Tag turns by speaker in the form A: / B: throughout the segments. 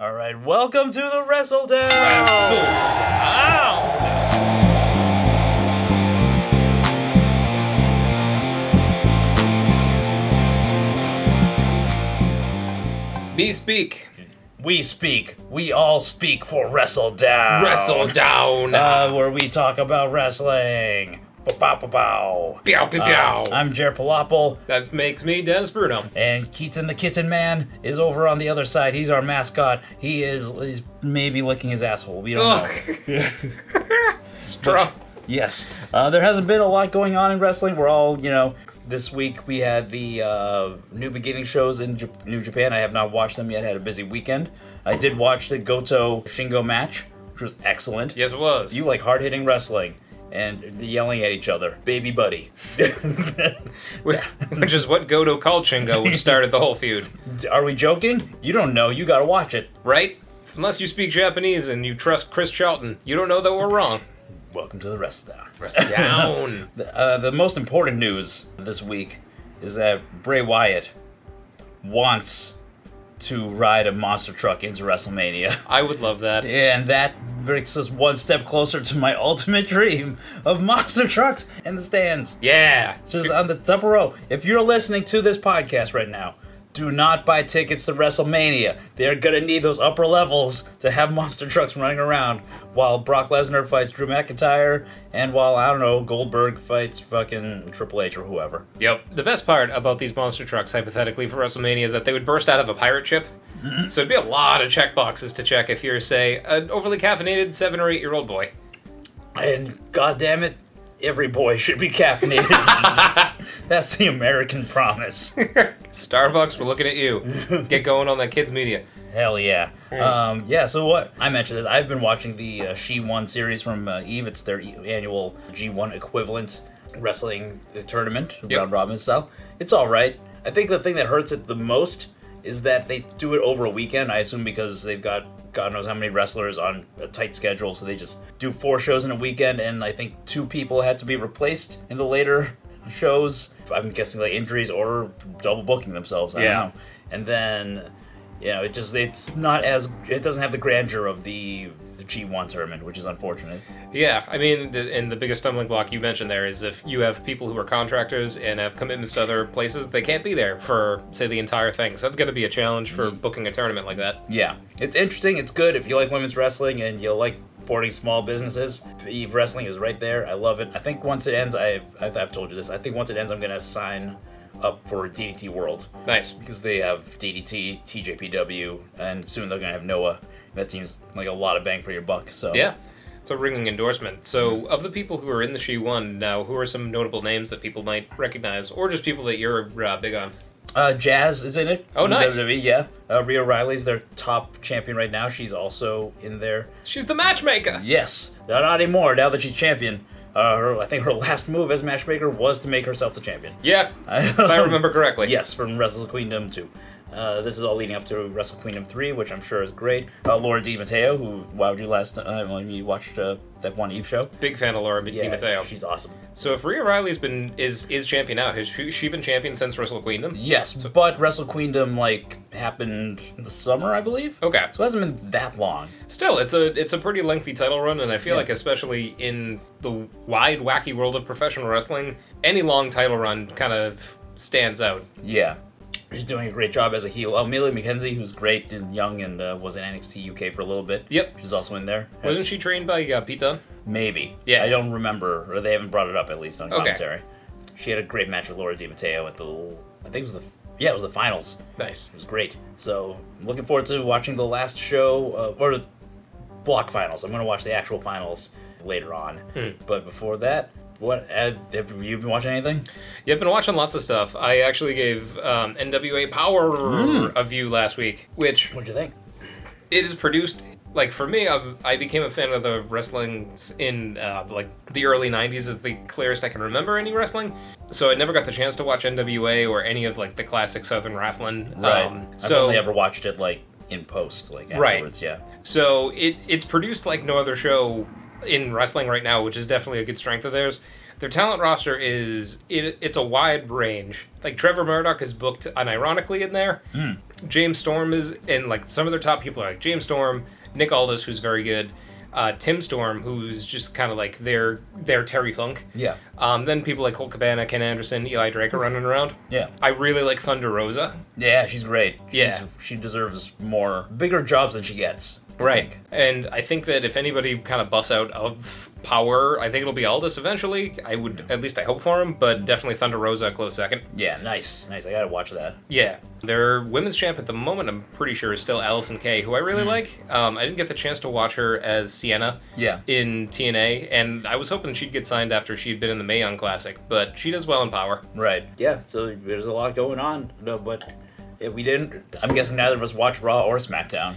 A: All right, welcome to the Wrestle Down.
B: Me speak.
A: We speak, we all speak for Wrestle Down.
B: Wrestle down.
A: Oh. uh, where we talk about wrestling. Ba-ba-ba-bow.
B: Pew, pew,
A: Uh,
B: pew.
A: I'm Jer Palopal,
B: that makes me Dennis Bruno.
A: and Keaton the Kitten Man is over on the other side. He's our mascot. He is he's maybe licking his asshole. We don't know.
B: Straw.
A: Yes. Uh, there hasn't been a lot going on in wrestling. We're all, you know, this week we had the uh, New Beginning shows in J- New Japan. I have not watched them yet. I had a busy weekend. I did watch the Goto Shingo match, which was excellent.
B: Yes, it was.
A: You like hard hitting wrestling and yelling at each other. Baby buddy.
B: Which is what Goto called Shingo, which started the whole feud.
A: Are we joking? You don't know. You gotta watch it.
B: Right? Unless you speak Japanese and you trust Chris Charlton, you don't know that we're wrong.
A: Welcome to the rest of that.
B: Wrestle down.
A: Uh, the most important news this week is that Bray Wyatt wants to ride a monster truck into WrestleMania.
B: I would love that.
A: And that brings us one step closer to my ultimate dream of monster trucks in the stands.
B: Yeah.
A: Just on the top row. If you're listening to this podcast right now, do not buy tickets to WrestleMania. They're gonna need those upper levels to have monster trucks running around while Brock Lesnar fights Drew McIntyre and while I don't know Goldberg fights fucking Triple H or whoever.
B: Yep. The best part about these monster trucks, hypothetically, for WrestleMania is that they would burst out of a pirate ship. So it'd be a lot of checkboxes to check if you're, say, an overly caffeinated seven or eight year old boy.
A: And God damn it, every boy should be caffeinated. That's the American promise.
B: Starbucks, we're looking at you. Get going on that kids' media.
A: Hell yeah. Um, yeah, so what I mentioned is I've been watching the uh, She 1 series from uh, Eve. It's their e- annual G1 equivalent wrestling uh, tournament, round robin style. It's all right. I think the thing that hurts it the most is that they do it over a weekend, I assume because they've got God knows how many wrestlers on a tight schedule, so they just do four shows in a weekend, and I think two people had to be replaced in the later shows. I'm guessing like injuries or double booking themselves. I
B: Yeah.
A: don't know. And then you know, it just it's not as it doesn't have the grandeur of the the G1 tournament, which is unfortunate.
B: Yeah, I mean, the, and the biggest stumbling block you mentioned there is if you have people who are contractors and have commitments to other places, they can't be there for, say, the entire thing. So that's going to be a challenge for booking a tournament like that.
A: Yeah, it's interesting. It's good if you like women's wrestling and you like supporting small businesses. Eve Wrestling is right there. I love it. I think once it ends, I've I've, I've told you this. I think once it ends, I'm gonna sign up for DDT World
B: Nice.
A: because they have DDT, TJPW, and soon they're gonna have Noah. That seems like a lot of bang for your buck. So
B: Yeah. It's a ringing endorsement. So, of the people who are in the She One now, who are some notable names that people might recognize, or just people that you're uh, big on?
A: Uh, Jazz is in it.
B: Oh,
A: From
B: nice.
A: WWE, yeah. Uh, Rhea Riley's their top champion right now. She's also in there.
B: She's the matchmaker.
A: Yes, not anymore. Now that she's champion, uh, her, I think her last move as matchmaker was to make herself the champion.
B: Yeah, if I remember correctly.
A: Yes, from Wrestle Queendom 2. Uh, this is all leading up to Wrestle Queendom 3, which I'm sure is great. Uh, Laura DiMatteo, who wowed you last time when you watched uh, that one Eve show.
B: Big fan of Laura
A: Yeah,
B: DiMatteo.
A: she's awesome.
B: So if Rhea Riley's been is is champion now, has she, she been champion since Wrestle Queendom?
A: Yes, but Wrestle Queendom like happened in the summer, I believe.
B: Okay.
A: So it hasn't been that long.
B: Still, it's a it's a pretty lengthy title run, and I feel like especially in the wide wacky world of professional wrestling, any long title run kind of stands out.
A: Yeah. She's doing a great job as a heel. Oh, Amelia McKenzie, who's great and young and uh, was in NXT UK for a little bit.
B: Yep.
A: She's also in there.
B: Wasn't
A: Yes.
B: she trained by uh, Pete Dunne?
A: Maybe.
B: Yeah.
A: I don't remember, or they haven't brought it up at least on
B: Okay.
A: commentary. She had a great match with Laura DiMatteo at the, I think it was the, yeah, it was the finals.
B: Nice.
A: It was great. So I'm looking forward to watching the last show uh, or the block finals. I'm going to watch the actual finals later on.
B: Hmm.
A: But before that, what have, have you been watching anything?
B: Yeah, I've been watching lots of stuff. I actually gave um, NWA Power
A: Hmm.
B: a view last week, which
A: What'd you think?
B: it is produced like for me I, I became a fan of the wrestling s- in uh, like the early 90s is the clearest i can remember any wrestling so i never got the chance to watch nwa or any of like the classic southern wrestling um,
A: I've
B: so
A: only ever watched it like in post, like
B: Right.
A: afterwards. Yeah.
B: so it it's produced like no other show in wrestling right now, which is definitely a good strength of theirs. Their talent roster
A: Hmm.
B: is it, it's a wide range. Like Trevor Murdoch is booked unironically in there. James Storm is, and like some of their top people are like James Storm, Nick Aldis, who's very good, uh, Tim Storm, who's just kind of like their their Terry Funk.
A: Yeah.
B: Um, then people like Colt Cabana, Ken Anderson, Eli Drake are running around.
A: Yeah.
B: I really like Thunder Rosa.
A: Yeah, she's great.
B: Yeah.
A: She's, she deserves more bigger jobs than she gets. I think.
B: And I think that if anybody kind of busts out of power, I think it'll be Aldis eventually. I would, at least I hope for him, but definitely Thunder Rosa a close second.
A: Yeah, nice, nice. I gotta watch that.
B: Yeah. Their women's champ at the moment, I'm pretty sure, is still Allison Kay, who I really like. Um, I didn't get the chance to watch her as Sienna
A: Yeah.
B: in TNA, and I was hoping she'd get signed after she'd been in the Mae Young Classic, but she does well in power.
A: Right. Yeah. So there's a lot going on, no, but if we didn't. I'm guessing neither of us watched Raw or SmackDown.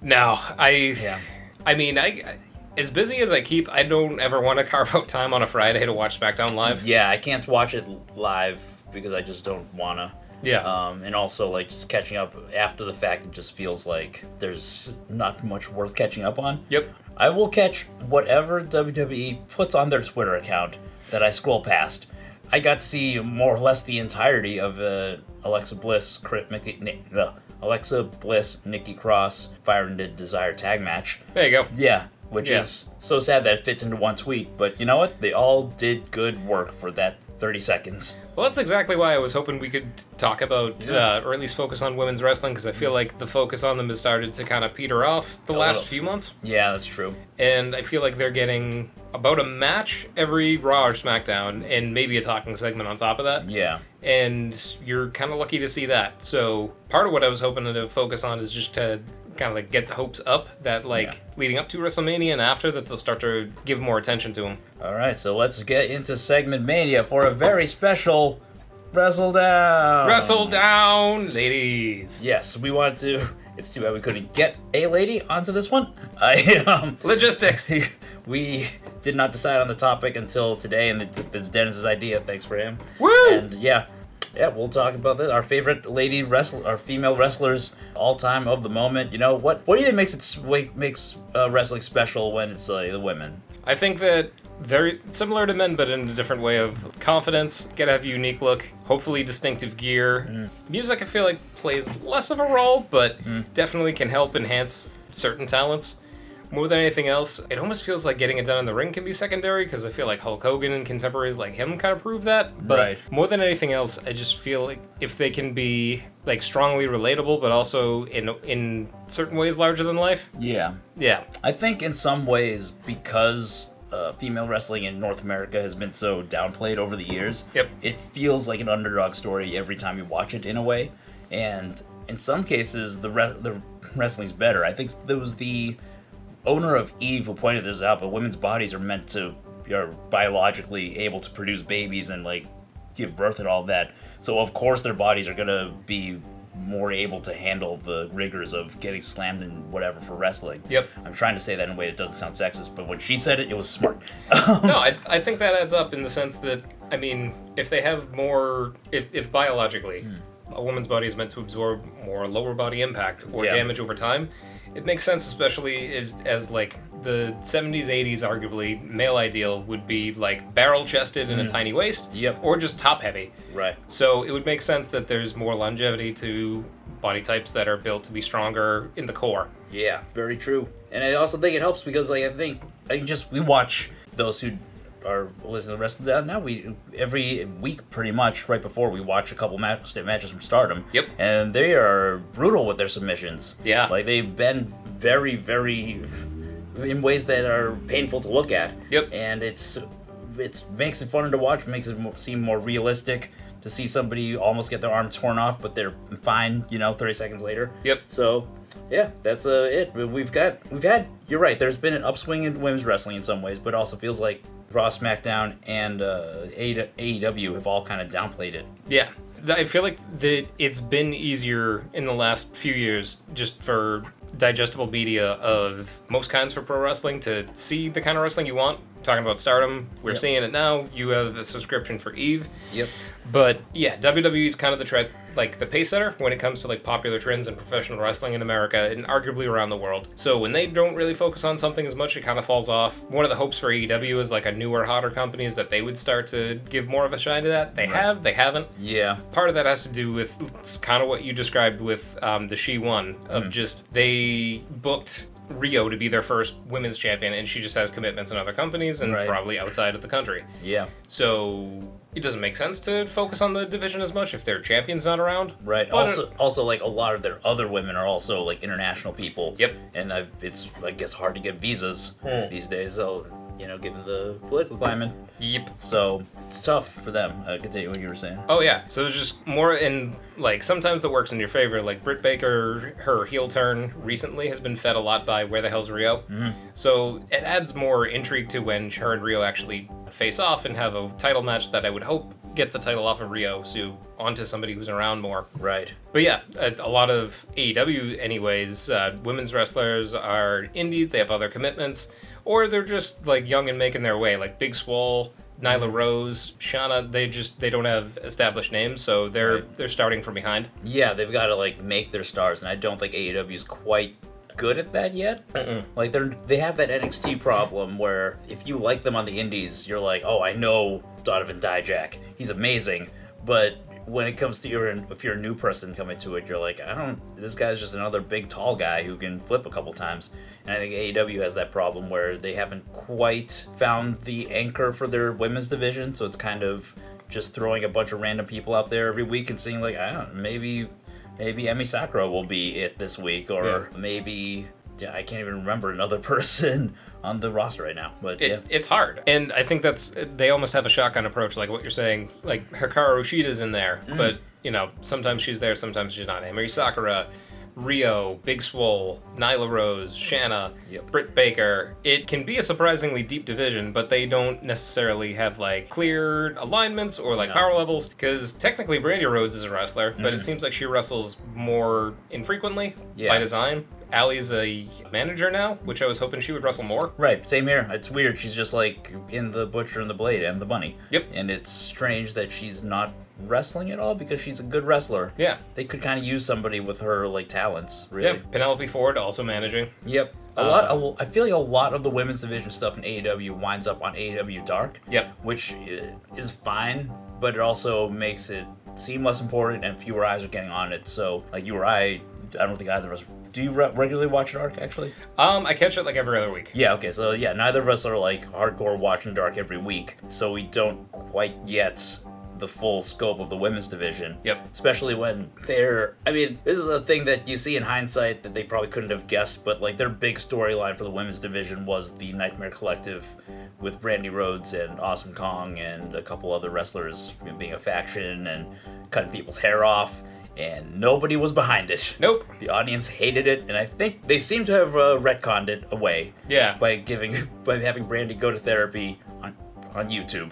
B: No, I.
A: Yeah.
B: I mean, I. As busy as I keep, I don't ever want to carve out time on a Friday to watch SmackDown live.
A: Yeah, I can't watch it live because I just don't wanna.
B: Yeah.
A: Um, and also like just catching up after the fact, it just feels like there's not much worth catching up on.
B: Yep.
A: I will catch whatever WWE puts on their Twitter account that I scroll past. I got to see more or less the entirety of uh, Alexa Bliss, Crit, Mickey, Ni- uh, Alexa Bliss, Nikki Cross, Fire and De- Desire tag match.
B: There you go.
A: Yeah, which
B: Yeah.
A: is so sad that it fits into one tweet. But you know what? They all did good work for that 30 seconds.
B: Well, that's exactly why I was hoping we could talk about, uh, or at least focus on women's wrestling, because I feel like the focus on them has started to kind of peter off the
A: Mm-hmm.
B: last
A: little.
B: few months.
A: Yeah, that's true.
B: And I feel like they're getting about a match every Raw or SmackDown, and maybe a talking segment on top of that.
A: Yeah.
B: And you're kind of lucky to see that. So part of what I was hoping to focus on is just to kind of like get the hopes up that like
A: Yeah.
B: leading up to WrestleMania and after that they'll start to give more attention to them.
A: All right, so let's get into segment mania for a very special Wrestle Down.
B: Wrestle down, ladies.
A: Yes, we wanted to. It's too bad we couldn't get a lady onto this one. I um,
B: Logistics.
A: we did not decide on the topic until today, and it- it's Dennis's idea. Thanks for him.
B: Woo!
A: And yeah, yeah, we'll talk about this. Our favorite lady wrestler, our female wrestlers all time of the moment. You know what? What do you think makes it s- wa- makes uh, wrestling special when it's uh, the women?
B: I think that they're similar to men, but in a different way of confidence. Gotta have a unique look, hopefully distinctive gear. Music, I feel like, plays less of a role, but definitely can help enhance certain talents. More than anything else, it almost feels like getting it done in the ring can be secondary because I feel like Hulk Hogan and contemporaries like him kind of prove that. But
A: Right.
B: more than anything else, I just feel like if they can be like strongly relatable, but also in in certain ways larger than life,
A: Yeah,
B: yeah,
A: I think in some ways because uh, female wrestling in North America has been so downplayed over the years.
B: Yep.
A: It feels like an underdog story every time you watch it in a way, and in some cases the re- the wrestling's better. I think there was the owner of Eve who pointed this out, but women's bodies are meant to are biologically able to produce babies and like give birth and all that. So of course their bodies are gonna be more able to handle the rigors of getting slammed and whatever for wrestling.
B: Yep.
A: I'm trying to say that in a way that doesn't sound sexist, but when she said it, it was smart.
B: no, I, I think that adds up in the sense that I mean, if they have more, if, if biologically
A: Hmm.
B: a woman's body is meant to absorb more lower body impact or
A: Yeah.
B: damage over time, it makes sense, especially as as like the '70s, '80s, arguably male ideal would be like barrel chested and a tiny waist,
A: Hmm. Yep.
B: or just top heavy.
A: Right.
B: So it would make sense that there's more longevity to body types that are built to be stronger in the core.
A: Yeah, very true. And I also think it helps because like I think I just we watch those who are listening to the rest of the uh, now we every week pretty much right before we watch a couple match matches from Stardom.
B: Yep.
A: And they are brutal with their submissions.
B: Yeah.
A: Like they've been very very in ways that are painful to look at.
B: Yep.
A: And it's it's makes it funner to watch, makes it mo- seem more realistic to see somebody almost get their arm torn off but they're fine, you know, 30 seconds later.
B: Yep.
A: So, yeah, that's uh, it. But We've got, we've had. You're right. There's been an upswing in women's wrestling in some ways, but it also feels like Raw, SmackDown, and uh, AEW have all kind of downplayed it.
B: Yeah. Th- I feel like that it's been easier in the last few years just for digestible media of most kinds for pro wrestling to see the kind of wrestling you want talking about Stardom. We're
A: Yep.
B: seeing it now. You have the subscription for Eve.
A: Yep.
B: But yeah, WWE is kind of the tre- like the pace setter when it comes to like popular trends in professional wrestling in America and arguably around the world. So when they don't really focus on something as much, it kind of falls off. One of the hopes for AEW is like a newer, hotter company is that they would start to give more of a shine to that. They have, they haven't.
A: Yeah.
B: Part of that has to do with it's kind of what you described with um, the She One of
A: Hmm.
B: just they booked Rio to be their first women's champion, and she just has commitments in other companies and
A: Right.
B: probably outside of the country.
A: Yeah.
B: So it doesn't make sense to focus on the division as much if their champion's not around.
A: Right.
B: But- uh,
A: also, also like a lot of their other women are also like international people.
B: Yep. Hmm.
A: And i it's I guess hard to get visas these days. So you know, given the political climate,
B: Yep.
A: so it's tough for them. Uh, continue what you were saying.
B: Oh yeah. So there's just more in like sometimes it works in your favor. Like Britt Baker, her heel turn recently has been fed a lot by where the hell's Rio. So it adds more intrigue to when her and Rio actually face off and have a title match that I would hope gets the title off of Rio, so onto somebody who's around more.
A: Right.
B: But yeah, a, a lot of AEW, anyways, uh, women's wrestlers are indies. They have other commitments, or they're just like young and making their way. Like Big Swole, Nyla Rose, Shauna. They just they don't have established names, so they're
A: Right.
B: they're starting from behind.
A: Yeah, they've got to like make their stars, and I don't think AEW is quite good at that yet. Like they're they have that NXT problem where if you like them on the Indies, you're like, oh, I know Donovan Dijak, he's amazing. But when it comes to your if you're a new person coming to it, you're like, I don't. This guy's just another big tall guy who can flip a couple times. And I think AEW has that problem where they haven't quite found the anchor for their women's division, so it's kind of just throwing a bunch of random people out there every week and seeing like I don't know, maybe maybe Emmy Sakura will be it this week or
B: Yeah.
A: maybe yeah, I can't even remember another person on the roster right now. But
B: It,
A: yeah.
B: It's hard, and I think that's they almost have a shotgun approach, like what you're saying. Like Hikaru Sheida's in there,
A: Mm.
B: but you know sometimes she's there, sometimes she's not. Emery Sakura, Rio, Big Swole, Nyla Rose, Shanna,
A: Yep.
B: Britt Baker. It can be a surprisingly deep division, but they don't necessarily have like clear alignments or like power levels. Because technically, Brandy Rhodes is a wrestler, but it seems like she wrestles more infrequently
A: Mm. Yeah.
B: by design. Allie's a manager now, which I was hoping she would wrestle more.
A: Right, same here. It's weird. She's just like in the butcher and the blade and the bunny.
B: Yep.
A: And it's strange that she's not wrestling at all because she's a good wrestler.
B: Yeah.
A: They could kind of use somebody with her like talents,
B: Yeah,
A: really.
B: Penelope Ford also managing.
A: Yep. A lot. A, lo- I feel like a lot of the women's division stuff in AEW winds up on AEW Dark.
B: Yep.
A: Which i- is fine, but it also makes it seem less important, and fewer eyes are getting on it. So, like you or I, I don't think either of us. Do you re- regularly watch Dark? Actually.
B: Um, I catch it like every other week.
A: Yeah. Okay. So yeah, neither of us are like hardcore watching Dark every week, so we don't quite get the full scope of the women's division.
B: Yep.
A: Especially when they're. I mean, this is a thing that you see in hindsight that they probably couldn't have guessed, but like their big storyline for the women's division was the Nightmare Collective with Brandy Rhodes and Awesome Kong and a couple other wrestlers being a faction and cutting people's hair off, and nobody was behind it.
B: Nope.
A: The audience hated it, and I think they seem to have uh, retconned it away
B: Yeah.
A: by giving by having Brandy go to therapy on on YouTube.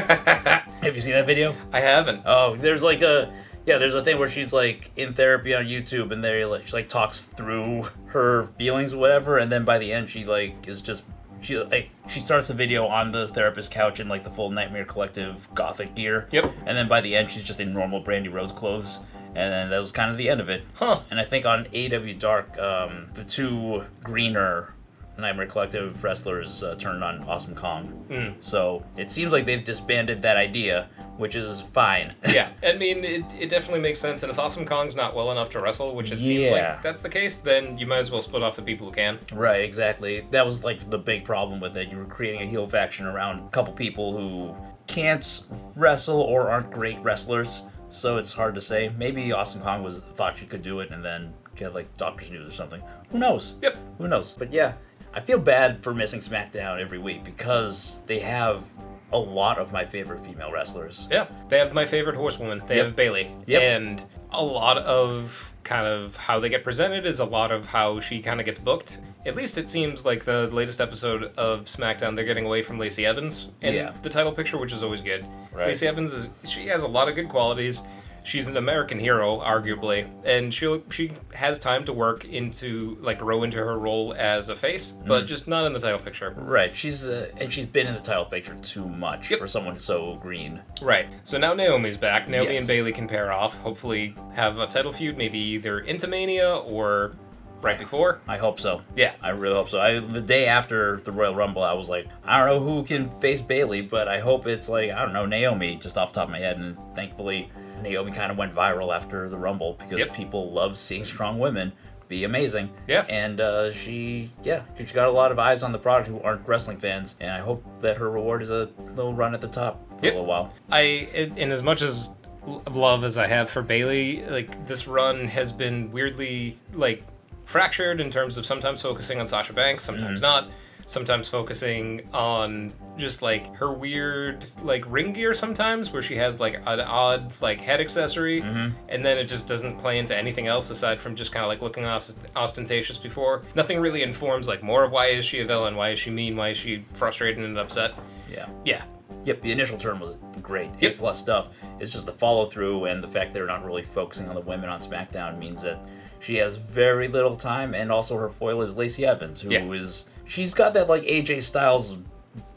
A: have you seen that video?
B: I haven't.
A: Oh, there's like a yeah, there's a thing where she's like in therapy on YouTube, and they like she like talks through her feelings, whatever, and then by the end she like is just she like she starts the video on the therapist couch in like the full Nightmare Collective gothic gear.
B: Yep.
A: And then by the end she's just in normal Brandy Rose clothes. And then that was kind of the end of it.
B: Huh.
A: And I think on AW Dark, um, the two greener Nightmare Collective wrestlers uh, turned on Awesome Kong. So it seems like they've disbanded that idea, which is fine.
B: yeah. I mean, it, it definitely makes sense. And if Awesome Kong's not well enough to wrestle, which it seems
A: Yeah.
B: like that's the case, then you might as well split off the people who can.
A: Right, exactly. That was like the big problem with it. You were creating a heel faction around a couple people who can't wrestle or aren't great wrestlers, so it's hard to say. Maybe Austin Kong was thought she could do it and then get like Doctor's News or something. Who knows?
B: Yep.
A: Who knows? But yeah, I feel bad for missing SmackDown every week because they have a lot of my favorite female wrestlers.
B: Yeah. They have my favorite horsewoman. They
A: Yep.
B: have Bailey.
A: Yep.
B: And a lot of kind of how they get presented is a lot of how she kind of gets booked. At least it seems like the latest episode of SmackDown, they're getting away from Lacey Evans in
A: Yeah.
B: the title picture, which is always good.
A: Right.
B: Lacey Evans is she has a lot of good qualities. she's an American hero, arguably, and she she has time to work into like grow into her role as a face,
A: Mm-hmm.
B: but just not in the title picture.
A: Right. She's uh, and she's been in the title picture too much
B: Yep.
A: for someone so green.
B: Right. So now Naomi's back. Naomi
A: Yes.
B: and Bailey can pair off. Hopefully, have a title feud, maybe either into Mania or right before.
A: I hope so.
B: Yeah.
A: I really hope so. I the day after the Royal Rumble, I was like, I don't know who can face Bailey, but I hope it's like I don't know Naomi, just off the top of my head. And thankfully, Naomi kind of went viral after the Rumble because
B: Yep.
A: people love seeing strong women be amazing.
B: Yeah.
A: And uh, she, yeah, 'cause she got a lot of eyes on the product who aren't wrestling fans, and I hope that her reward is a little run at the top for
B: Yep.
A: a little while.
B: I in in as much as l- love as I have for Bailey, like this run has been weirdly like fractured in terms of sometimes focusing on Sasha Banks, sometimes not, sometimes focusing on just like her weird like ring gear sometimes where she has like an odd like head accessory and then it just doesn't play into anything else aside from just kind of like looking os- ostentatious before nothing really informs like more of why is she a villain why is she mean why is she frustrated and upset
A: Yeah.
B: yeah
A: Yep, the initial turn was great.
B: Yep.
A: A plus stuff. It's just the follow through and the fact they're not really focusing on the women on SmackDown means that she has very little time, and also her foil is Lacey Evans, who
B: Yeah.
A: is- she's got that like AJ Styles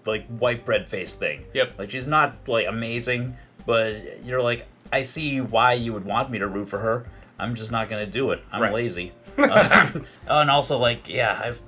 A: like white bread face thing.
B: Yep.
A: Like she's not like amazing, but you're like I see why you would want me to root for her. I'm just not gonna do it. I'm
B: Right.
A: lazy. Uh, and also like yeah, I've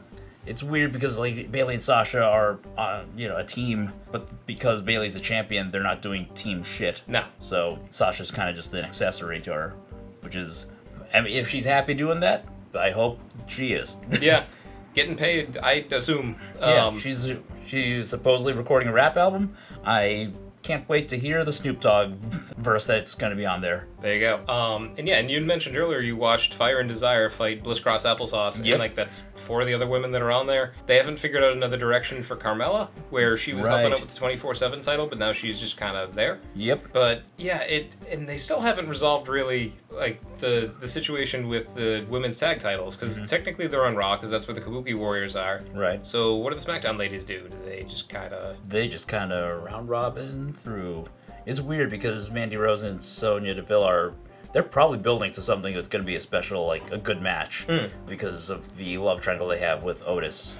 A: it's weird because like Bailey and Sasha are uh, you know a team, but because Bailey's the champion, they're not doing team shit.
B: No.
A: So Sasha's kind of just an accessory to her, which is, I mean, if she's happy doing that, I hope she is.
B: yeah, getting paid, I assume.
A: yeah,
B: Um,
A: she's she's supposedly recording a rap album. I can't wait to hear the Snoop Dogg verse that's gonna be on there.
B: there you go. Um, and yeah, and you mentioned earlier you watched Fire and Desire fight Bliss Cross Applesauce,
A: Yep.
B: and like that's four of the other women that are on there. They haven't figured out another direction for Carmella, where she was helping
A: Right.
B: out with the twenty four seven title, but now she's just kind of there.
A: Yep.
B: But yeah, it and they still haven't resolved really like the the situation with the women's tag titles because technically they're on Raw because that's where the Kabuki Warriors are.
A: Right.
B: So what do the SmackDown ladies do? Do they just kind of
A: they just kind of round robin through. It's weird because Mandy Rose and Sonya Deville are they're probably building to something that's going to be a special like a good match because of the love triangle they have with Otis.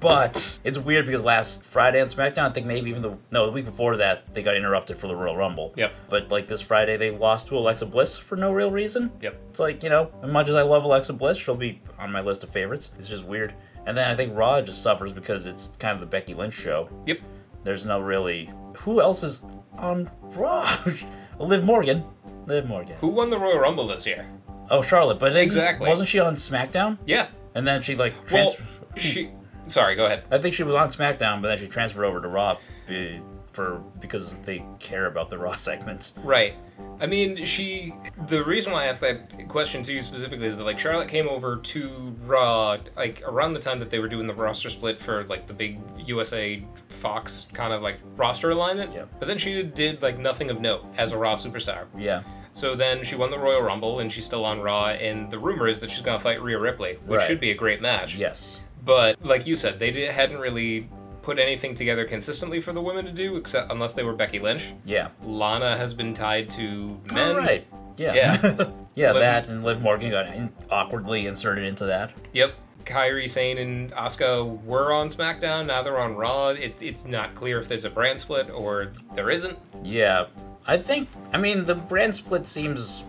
A: but it's weird because last Friday on SmackDown, I think maybe even the no the week before that they got interrupted for the Royal Rumble.
B: Yep.
A: But like this Friday, they lost to Alexa Bliss for no real reason.
B: Yep.
A: It's like you know, as much as I love Alexa Bliss, she'll be on my list of favorites. It's just weird. And then I think Raw just suffers because it's kind of the Becky Lynch show.
B: yep
A: There's no really who else is on Raw. Liv Morgan. Liv Morgan.
B: who won the Royal Rumble this year?
A: Oh, Charlotte. But isn't-
B: Exactly.
A: wasn't she on SmackDown?
B: Yeah.
A: And then she like
B: Well,
A: transfer-
B: she. Sorry, go ahead.
A: I think she was on SmackDown, but then she transferred over to Raw be- for because they care about the Raw segments.
B: Right. I mean, she. The reason why I asked that question to you specifically is that like Charlotte came over to Raw like around the time that they were doing the roster split for like the big USA Fox kind of like roster alignment.
A: Yep.
B: But then she did like nothing of note as a Raw superstar.
A: Yeah.
B: So then she won the Royal Rumble and she's still on Raw, and the rumor is that she's gonna fight Rhea Ripley, which
A: Right.
B: should be a great match.
A: Yes.
B: But like you said, they di- hadn't really put anything together consistently for the women to do, except unless they were Becky Lynch.
A: Yeah.
B: Lana has been tied to men.
A: All right. Yeah.
B: Yeah.
A: yeah.
B: Liv-
A: that and Liv Morgan got in- awkwardly inserted into that.
B: Yep. Kyrie Sane and Asuka were on SmackDown. Now they're on Raw. It, it's not clear if there's a brand split or there isn't.
A: Yeah. I think, I mean, the brand split seems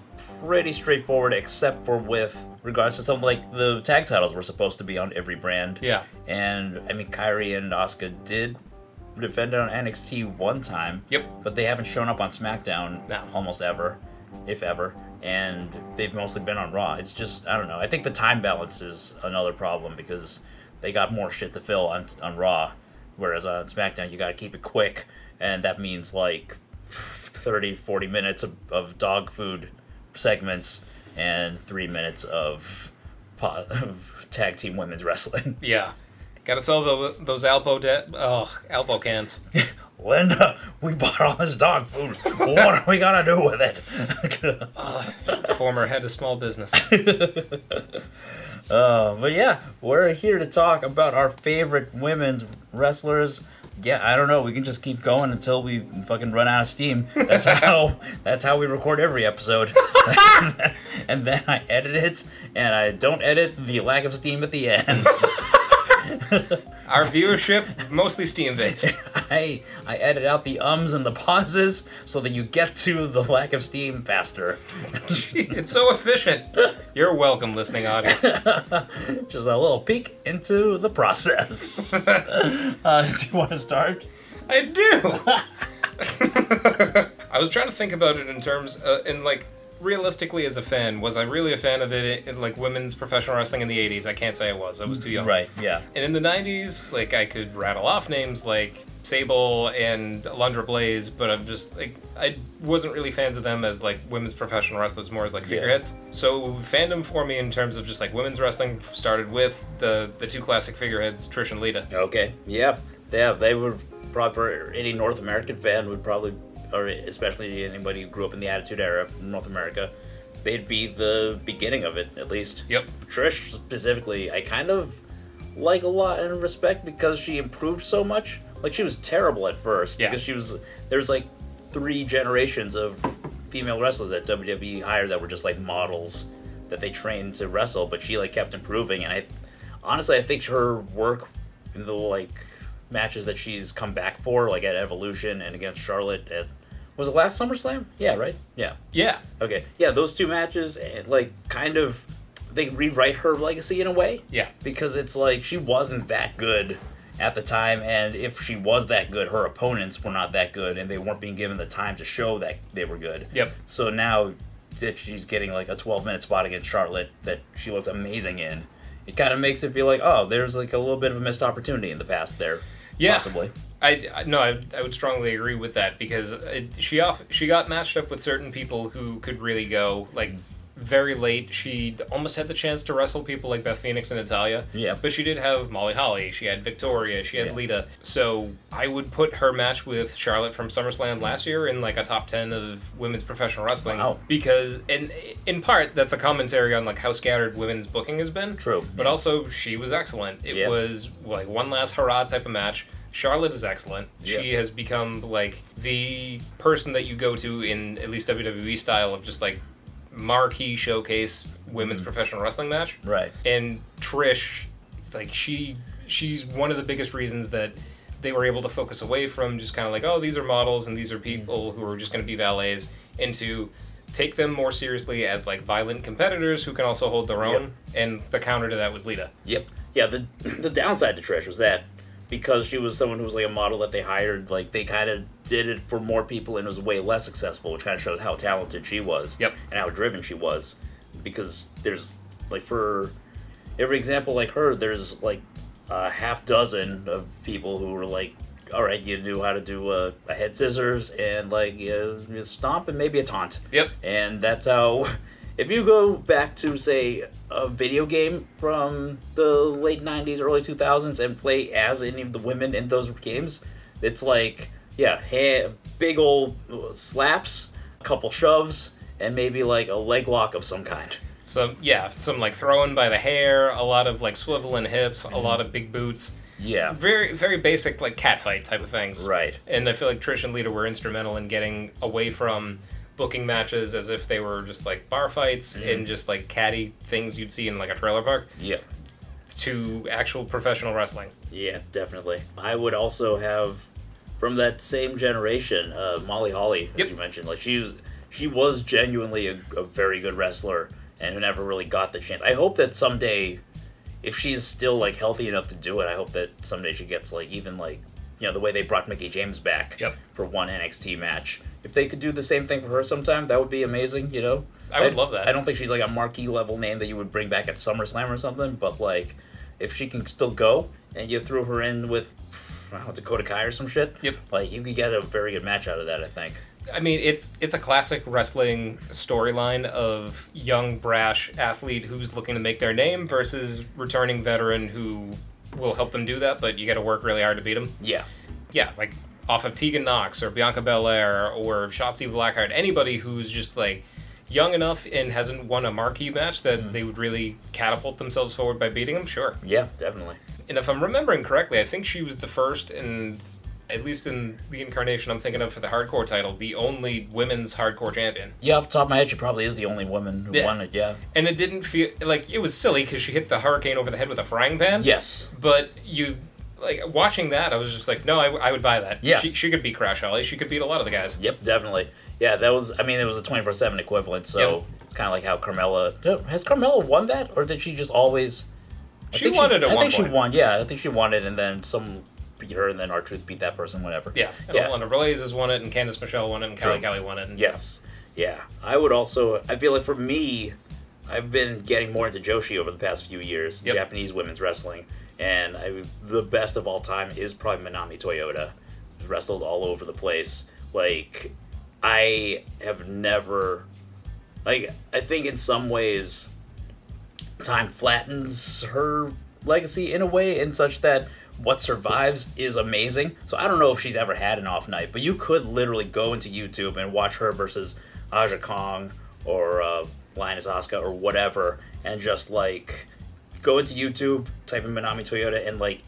A: pretty straightforward, except for with regards to something like the tag titles were supposed to be on every brand.
B: Yeah.
A: And, I mean, Kyrie and Asuka did defend it on NXT one time.
B: Yep.
A: But they haven't shown up on SmackDown
B: No.
A: almost ever, if ever. And they've mostly been on Raw. It's just, I don't know. I think the time balance is another problem because they got more shit to fill on, on Raw, whereas on SmackDown, you got to keep it quick. And that means like 30, 40 minutes of, of dog food segments and three minutes of, po- of tag team women's wrestling.
B: Yeah. Gotta sell tho- those Alpo de- oh, Alpo cans.
A: Linda, we bought all this dog food. What are we going to do with it?
B: Former head of small business.
A: But yeah, we're here to talk about our favorite women's wrestlers. yeah, I don't know. We can just keep going until we fucking run out of steam. That's how that's how we record every episode. and then I edit it, and I don't edit the lack of steam at the end.
B: Our viewership mostly steam based.
A: I I edit out the ums and the pauses so that you get to the lack of steam faster.
B: it's so efficient. You're welcome, listening audience.
A: just a little peek into the process. uh, do you want to start?
B: I do. I was trying to think about it in terms, uh, in like realistically as a fan, was I really a fan of it in, like women's professional wrestling in the 80s? I can't say I was. I was too young.
A: Right, yeah.
B: And in the 90s, like I could rattle off names like Sable and Alundra Blaze, but I'm just like I wasn't really fans of them as like women's professional wrestlers, more as like figureheads. So fandom for me in terms of just like women's wrestling started with the the two classic figureheads, Trish and Lita.
A: Okay. Yeah. Yeah, they were probably for any North American fan would probably or especially anybody who grew up in the Attitude Era from North America, they'd be the beginning of it, at least.
B: Yep.
A: Trish specifically, I kind of like a lot and respect because she improved so much. Like she was terrible at first
B: Yeah.
A: because she was there's like three generations of female wrestlers that WWE hired E that were just like models that they trained to wrestle, but she like kept improving and I honestly I think her work in the like matches that she's come back for, like at Evolution and against Charlotte at was it last SummerSlam? Yeah, right? Yeah.
B: Yeah.
A: Okay. Yeah, those two matches eh, like kind of they rewrite her legacy in a way
B: Yeah.
A: because it's like she wasn't that good at the time and if she was that good her opponents were not that good and they weren't being given the time to show that they were good
B: Yep.
A: so now that she's getting like a 12 minute spot against charlotte that she looks amazing in it kind of makes it feel like oh there's like a little bit of a missed opportunity in the past there
B: Yeah.
A: possibly
B: I, I no, I, I would strongly agree with that because it, she off she got matched up with certain people who could really go like very late. She almost had the chance to wrestle people like Beth Phoenix and Natalia.
A: Yeah.
B: but she did have Molly Holly. She had Victoria. She had
A: Yeah.
B: Lita. So I would put her match with Charlotte from SummerSlam last year in like a top ten of women's professional wrestling.
A: Wow.
B: Because and in part that's a commentary on like how scattered women's booking has been.
A: True.
B: But also she was excellent. It
A: Yeah.
B: was was like one last hurrah type of match. Charlotte is excellent. She
A: Yeah.
B: has become like the person that you go to in at least WWE style of just like marquee showcase
A: Mm-hmm.
B: women's professional wrestling match.
A: right
B: And Trish, it's like she she's one of the biggest reasons that they were able to focus away from just kind of like oh these are models and these are people who are just going to be valets into take them more seriously as like violent competitors who can also hold their own. And the counter to that was Lita.
A: Yep. Yeah, the the downside to Trish was that because she was someone who was like a model that they hired, like they kind of did it for more people and it was way less successful, which kind of shows how talented she was.
B: Yep.
A: And how driven she was, because there's like for every example like her, there's like a half dozen of people who were like, all right, you knew how to do a, a head scissors and like a, a stomp and maybe a taunt.
B: Yep.
A: And that's how, if you go back to, say, a video game from the late 90s, early 2000s, and play as any of the women in those games, it's like, yeah, ha- big old slaps, a couple shoves, and maybe like a leg lock of some kind.
B: Some yeah, some like throwing by the hair, a lot of like swiveling hips, a lot of big boots,
A: Yeah.
B: very very basic like cat fight type of things.
A: Right.
B: And I feel like Trish and Lita were instrumental in getting away from booking matches as if they were just like bar fights and just like catty things you'd see in like a trailer park
A: Yeah.
B: to actual professional wrestling.
A: Yeah, definitely. I would also have from that same generation, uh, Molly Holly, as
B: Yep.
A: you mentioned. Like she was, she was genuinely a, a very good wrestler, and who never really got the chance. I hope that someday, if she's still like healthy enough to do it, I hope that someday she gets like even like you know the way they brought Mickey James back
B: Yep.
A: for one NXT match. If they could do the same thing for her sometime, that would be amazing. You know,
B: I would love that.
A: I don't think she's like a marquee level name that you would bring back at SummerSlam or something, but like if she can still go and you threw her in with I don't know, Dakota Kai or some shit,
B: Yep.
A: like you could get a very good match out of that, I think.
B: I mean, it's it's a classic wrestling storyline of young brash athlete who's looking to make their name versus returning veteran who will help them do that, but you got to work really hard to beat them.
A: Yeah.
B: yeah, like off of Tegan Knox or Bianca Belair or Shotzi Blackheart, anybody who's just like young enough and hasn't won a marquee match that they would really catapult themselves forward by beating them, sure.
A: Yeah, definitely.
B: And if I'm remembering correctly, I think she was the first and at least in the incarnation I'm thinking of for the hardcore title, the only women's hardcore champion.
A: Yeah, off the top of my head, she probably is the only woman who
B: Yeah.
A: won it. Yeah.
B: And it didn't feel like it was silly because she hit the hurricane over the head with a frying pan.
A: Yes.
B: But you, like, watching that, I was just like, no, I, I would buy that.
A: Yeah.
B: She, she could beat Crash Holly. She could beat a lot of the guys.
A: Yep, definitely. Yeah, that was. I mean, it was a twenty four seven equivalent. So
B: Yep.
A: it's kind of like how Carmella has Carmella won that, or did she just always? I
B: She
A: think
B: won it at
A: I
B: one
A: think
B: point.
A: she won. Yeah, I think she won it, and then some beat her, and then our truth beat that person, whatever.
B: Yeah. And
A: yeah.
B: Alana Blaze has won it, and Candice Michelle won it, and Kelly
A: True.
B: Kelly won it. And,
A: Yes. Yeah. I would also. I feel like for me, I've been getting more into Joshi over the past few years,
B: Yep.
A: Japanese women's wrestling, and I, the best of all time is probably Minami Toyota. Wrestled all over the place. Like, I have never. Like, I think in some ways, time flattens her legacy in a way, in such that what survives is amazing. So I don't know if she's ever had an off night, but you could literally go into YouTube and watch her versus Aja Kong or uh, Linus Asuka or whatever, and just like go into YouTube, type in Minami Toyota, and like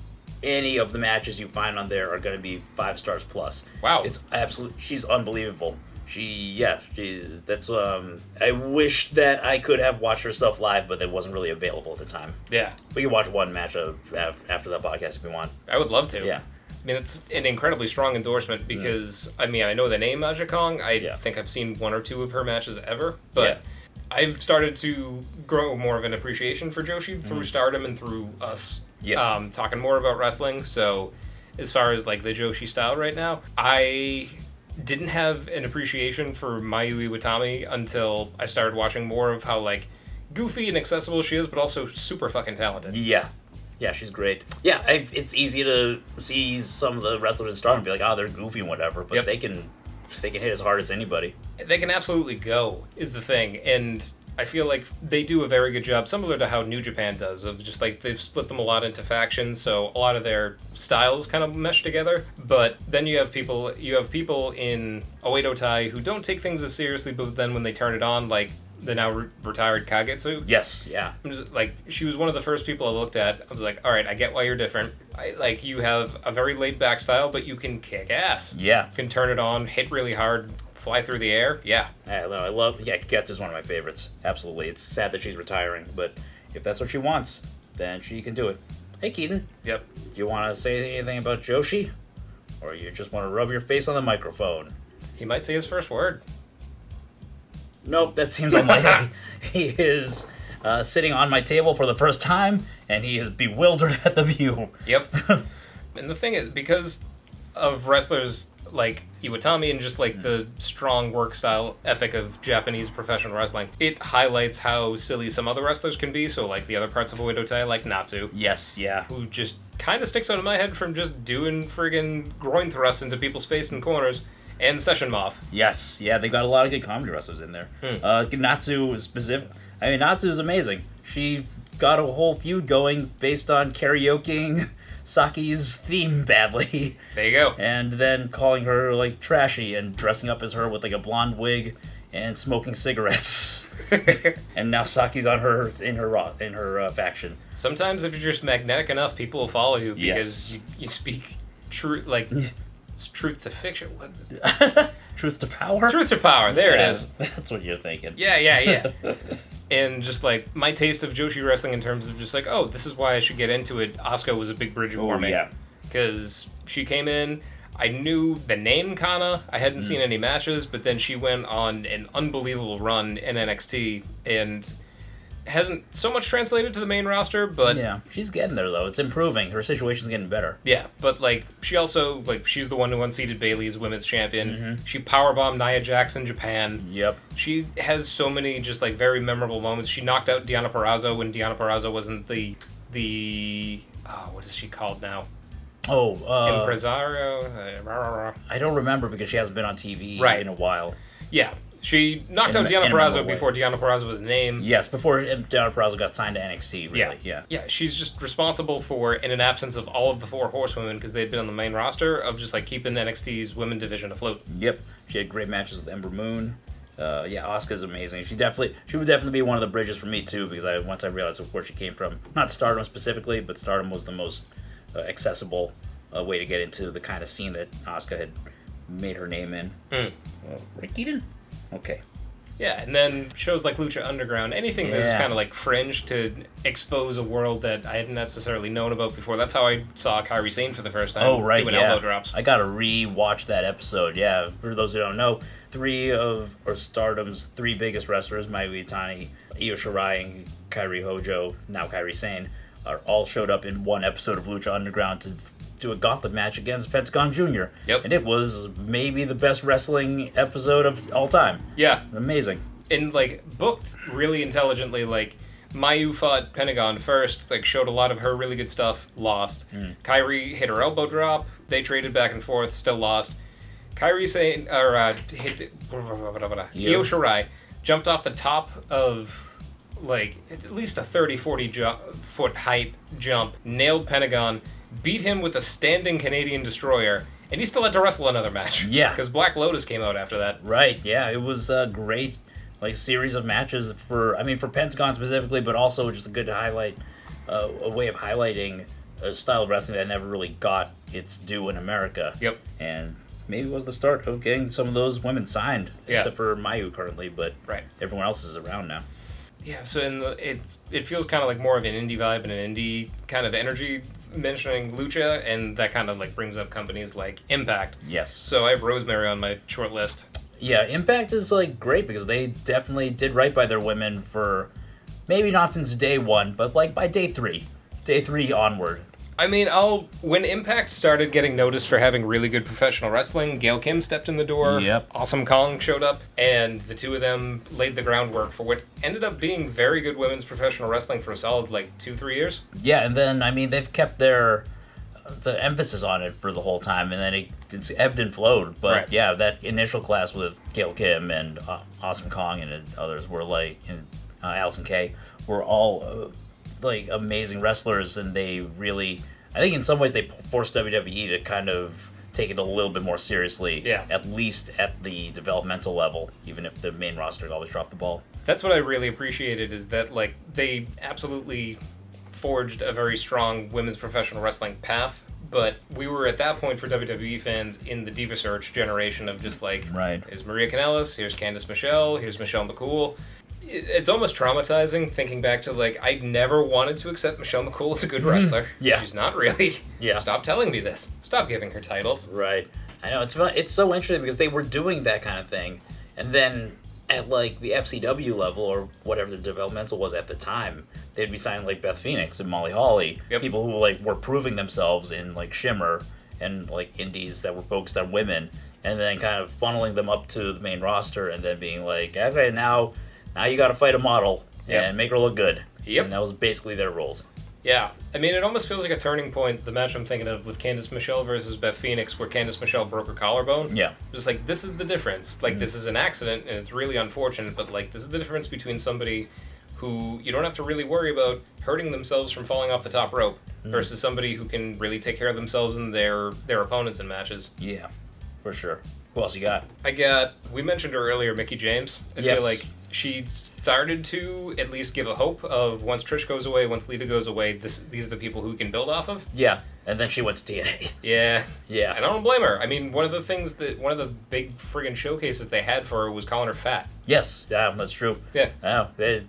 A: any of the matches you find on there are going to be five stars plus.
B: Wow.
A: It's absolute. She's unbelievable. She, yeah, she. That's um. I wish that I could have watched her stuff live, but it wasn't really available at the time.
B: Yeah.
A: We can watch one match of, af- after that podcast if you want.
B: I would love to.
A: Yeah.
B: I mean, it's an incredibly strong endorsement because, I mean, I know the name Aja Kong. I
A: Yeah.
B: think I've seen one or two of her matches ever, but
A: Yeah.
B: I've started to grow more of an appreciation for Joshi through stardom and through us
A: Mm-hmm. Yeah.
B: um, talking more about wrestling. So, as far as like the Joshi style right now, I didn't have an appreciation for Mayu Iwatani until I started watching more of how like goofy and accessible she is, but also super fucking talented.
A: Yeah, yeah, she's great. Yeah, i it's easy to see some of the wrestlers in Star and be like, oh, they're goofy and whatever, but
B: Yep.
A: they can they can hit as hard as anybody.
B: they can absolutely go is the thing and i feel like they do a very good job similar to how new japan does of just like they've split them a lot into factions so a lot of their styles kind of mesh together but then you have people you have people in oedo tai who don't take things as seriously but then when they turn it on like the now re- retired kagetsu
A: Yes, yeah,
B: I'm just- like she was one of the first people I looked at. I was like, "All right, I get why you're different. I, like you have a very laid back style, but you can kick ass.
A: yeah.
B: You can turn it on, hit really hard, fly through the air. Yeah,
A: I, lo- I love. Yeah, Gets is one of my favorites. Absolutely, it's sad that she's retiring, but if that's what she wants, then she can do it. Hey, Keaton,
B: Yep.
A: you want to say anything about Joshi, or you just want to rub your face on the microphone?
B: He might say his first word.
A: Nope, that seems unlikely. he is uh, sitting on my table for the first time, and he is bewildered at the view.
B: Yep. and the thing is, because of wrestlers like Iwatani and just like the strong work style ethic of Japanese professional wrestling, it highlights how silly some other wrestlers can be. So, like the other parts of Oedotai, like Natsu,
A: Yes, yeah.
B: who just kind of sticks out of my head from just doing friggin' groin thrusts into people's face and corners, and Session Moth.
A: Yes, yeah, they've got a lot of good comedy wrestlers in there.
B: Hmm.
A: Uh, Natsu was specific. I mean, Natsu is amazing. She got a whole feud going based on karaokeing Saki's theme badly,
B: There you go.
A: and then calling her like trashy and dressing up as her with like a blonde wig and smoking cigarettes. and now Saki's on her in her ro- in her uh, faction.
B: Sometimes if you're just magnetic enough, people will follow you
A: Yes.
B: because you, you speak truth, like it's truth to fiction. What?
A: Truth to power.
B: Truth to power. There it is.
A: That's what you're thinking.
B: Yeah, yeah, yeah. and just like my taste of Joshi wrestling in terms of just like, oh, this is why I should get into it. Asuka was a big bridge for me
A: yeah.
B: because she came in. I knew the name Kana. I hadn't
A: Mm-hmm.
B: seen any matches, but then she went on an unbelievable run in NXT and hasn't so much translated to the main roster, but
A: Yeah, she's getting there though. It's improving. Her situation's getting better.
B: Yeah, but like she also like she's the one who unseated Bailey's women's champion.
A: Mm-hmm.
B: She powerbombed Nia Jax in Japan.
A: Yep.
B: She has so many just like very memorable moments. She knocked out Diana Perrazzo when Diana Perrazzo wasn't the the oh, what is she called now?
A: Oh, uh,
B: Impresario. uh, rah, rah, rah.
A: I don't remember because she hasn't been on TV
B: Right.
A: in a while.
B: Yeah, she knocked
A: In
B: out
A: a-
B: Diana
A: in a memorable
B: Perrazzo
A: way.
B: before Diana Perrazzo was named.
A: Yes, before um, Donna Prazo got signed to NXT. Really. Yeah.
B: Yeah, she's just responsible for, in an absence of all of the four horsewomen, because they'd been on the main roster, of just like keeping NXT's women division afloat.
A: Yep. She had great matches with Ember Moon. Uh, yeah, Asuka's amazing. She definitely, she would definitely be one of the bridges for me too, because I once I realized where she came from, not Stardom specifically, but Stardom was the most uh, accessible a way to get into the kind of scene that Asuka had made her name in.
B: Mm.
A: Uh, Rick Eaton? Okay.
B: Yeah, and then shows like Lucha Underground, anything that's
A: Yeah.
B: kind of like fringe to expose a world that I hadn't necessarily known about before. That's how I saw Kyrie Sane for the first time.
A: Oh right,
B: doing
A: yeah.
B: elbow drops.
A: I gotta re-watch that episode. Yeah, for those who don't know, three of or Stardom's three biggest wrestlers, Mayu Itani, Io Shirai, and Kairi Hojo, now Kairi Sane, are all showed up in one episode of Lucha Underground to do a gauntlet match against Pentagon Jr.
B: Yep.
A: and it was maybe the best wrestling episode of all time.
B: Yeah,
A: Amazing.
B: and like booked really intelligently. Like Mayu fought Pentagon first, like showed a lot of her really good stuff, lost.
A: Hmm.
B: Kyrie hit her elbow drop. They traded back and forth, still lost. Kyrie saying or uh, hit blah, blah, blah, blah, blah.
A: Yeah.
B: Io Shirai jumped off the top of like at least a 30 40 ju- foot height jump, nailed Pentagon, beat him with a standing Canadian destroyer, and he still had to wrestle another match.
A: Yeah.
B: Because Black Lotus came out after that.
A: Right. Yeah, it was a great like series of matches for I mean for Pentagon specifically, but also just a good highlight, uh, a way of highlighting a style of wrestling that never really got its due in America.
B: Yep.
A: And maybe was the start of getting some of those women signed,
B: Yeah.
A: except for Mayu currently, but
B: Right.
A: everyone else is around now.
B: Yeah, so in the, it's it feels kind of like more of an indie vibe and an indie kind of energy mentioning lucha, and that kind of like brings up companies like Impact.
A: Yes.
B: So I have Rosemary on my short list.
A: Yeah, Impact is like great because they definitely did right by their women for maybe not since day one, but like by day three, day three onward.
B: I mean, I'll when Impact started getting noticed for having really good professional wrestling, Gail Kim stepped in the door.
A: Yep.
B: Awesome Kong showed up, and the two of them laid the groundwork for what ended up being very good women's professional wrestling for a solid like two three years.
A: Yeah, and then I mean they've kept their the emphasis on it for the whole time, and then it it's ebbed and flowed. But
B: Right.
A: yeah, that initial class with Gail Kim and uh, Awesome Kong and others were like and uh, Allison Kay were all uh, like amazing wrestlers, and they really I think in some ways they forced WWE to kind of take it a little bit more seriously.
B: Yeah.
A: At least at the developmental level, even if the main roster always dropped the ball.
B: That's what I really appreciated is that like they absolutely forged a very strong women's professional wrestling path, but we were at that point for WWE fans in the diva search generation of just like
A: Right.
B: here's Maria Kanellis, here's Candice Michelle, here's Michelle McCool. It- It's almost traumatizing thinking back to like I never wanted to accept Michelle McCool as a good wrestler.
A: Mm-hmm. Yeah.
B: she's not really.
A: Yeah.
B: stop telling me this. Stop giving her titles.
A: Right. I know it's fun. it's so interesting because they were doing that kind of thing, and then at like the FCW level or whatever the developmental was at the time, they'd be signing like Beth Phoenix and Molly Holly,
B: Yep.
A: people who like were proving themselves in like Shimmer and like indies that were focused on women, and then kind of funneling them up to the main roster, and then being like, okay, now now you got to fight a model
B: Yep.
A: and make her look good.
B: Yep.
A: And that was basically their roles.
B: Yeah, I mean, it almost feels like a turning point. The match I'm thinking of with Candice Michelle versus Beth Phoenix, where Candice Michelle broke her collarbone.
A: Yeah. Mm-hmm.
B: just like this is the difference. Like this is an accident, and it's really unfortunate. But like this is the difference between somebody who you don't have to really worry about hurting themselves from falling off the top rope
A: Mm-hmm.
B: versus somebody who can really take care of themselves and their their opponents in matches.
A: Yeah, for sure. Who else you got?
B: I got. We mentioned her earlier, Mickey James. I
A: Yes.
B: feel like she started to at least give a hope of once Trish goes away, once Lita goes away, this these are the people who we can build off of.
A: Yeah, and then she went to TNA.
B: Yeah.
A: yeah.
B: And I don't blame her. I mean, one of the things that one of the big friggin' showcases they had for her was calling her fat.
A: Yes, yeah, that's true.
B: Yeah.
A: Yeah, they,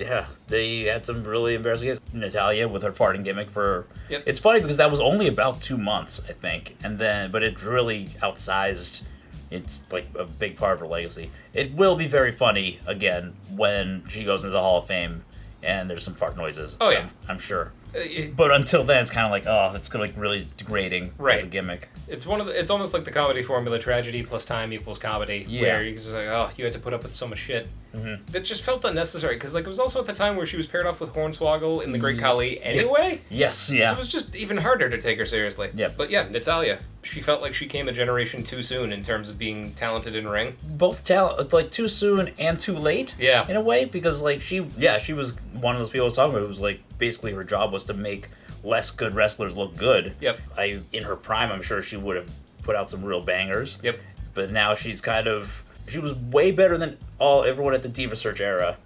A: yeah, they had some really embarrassing. gigs. Natalia with her farting gimmick for.
B: Yep.
A: It's funny because that was only about two months, I think, and then but it really outsized. It's like a big part of her legacy. It will be very funny again when she goes into the Hall of Fame and there's some fart noises.
B: Oh, yeah.
A: I'm, I'm sure.
B: Uh, it-
A: But until then, it's kind of like oh, it's like really degrading as a
B: Right.
A: gimmick.
B: It's one of the, it's almost like the comedy formula: tragedy plus time equals comedy.
A: Yeah.
B: Where you're just like, oh, you had to put up with so much shit. Mm-hmm. That just felt unnecessary because like it was also at the time where she was paired off with Hornswoggle in the Great Khali anyway.
A: Yes,
B: So
A: yeah,
B: it was just even harder to take her seriously.
A: Yeah.
B: But yeah, Natalia, she felt like she came a generation too soon in terms of being talented in ring.
A: both talent like too soon and too late.
B: Yeah.
A: In a way, because like she yeah, she was one of those people I was talking about who was like basically her job was to make less good wrestlers look good.
B: Yep.
A: I in her prime I'm sure she would have put out some real bangers.
B: Yep.
A: But now she's kind of she was way better than all everyone at the Diva Search era.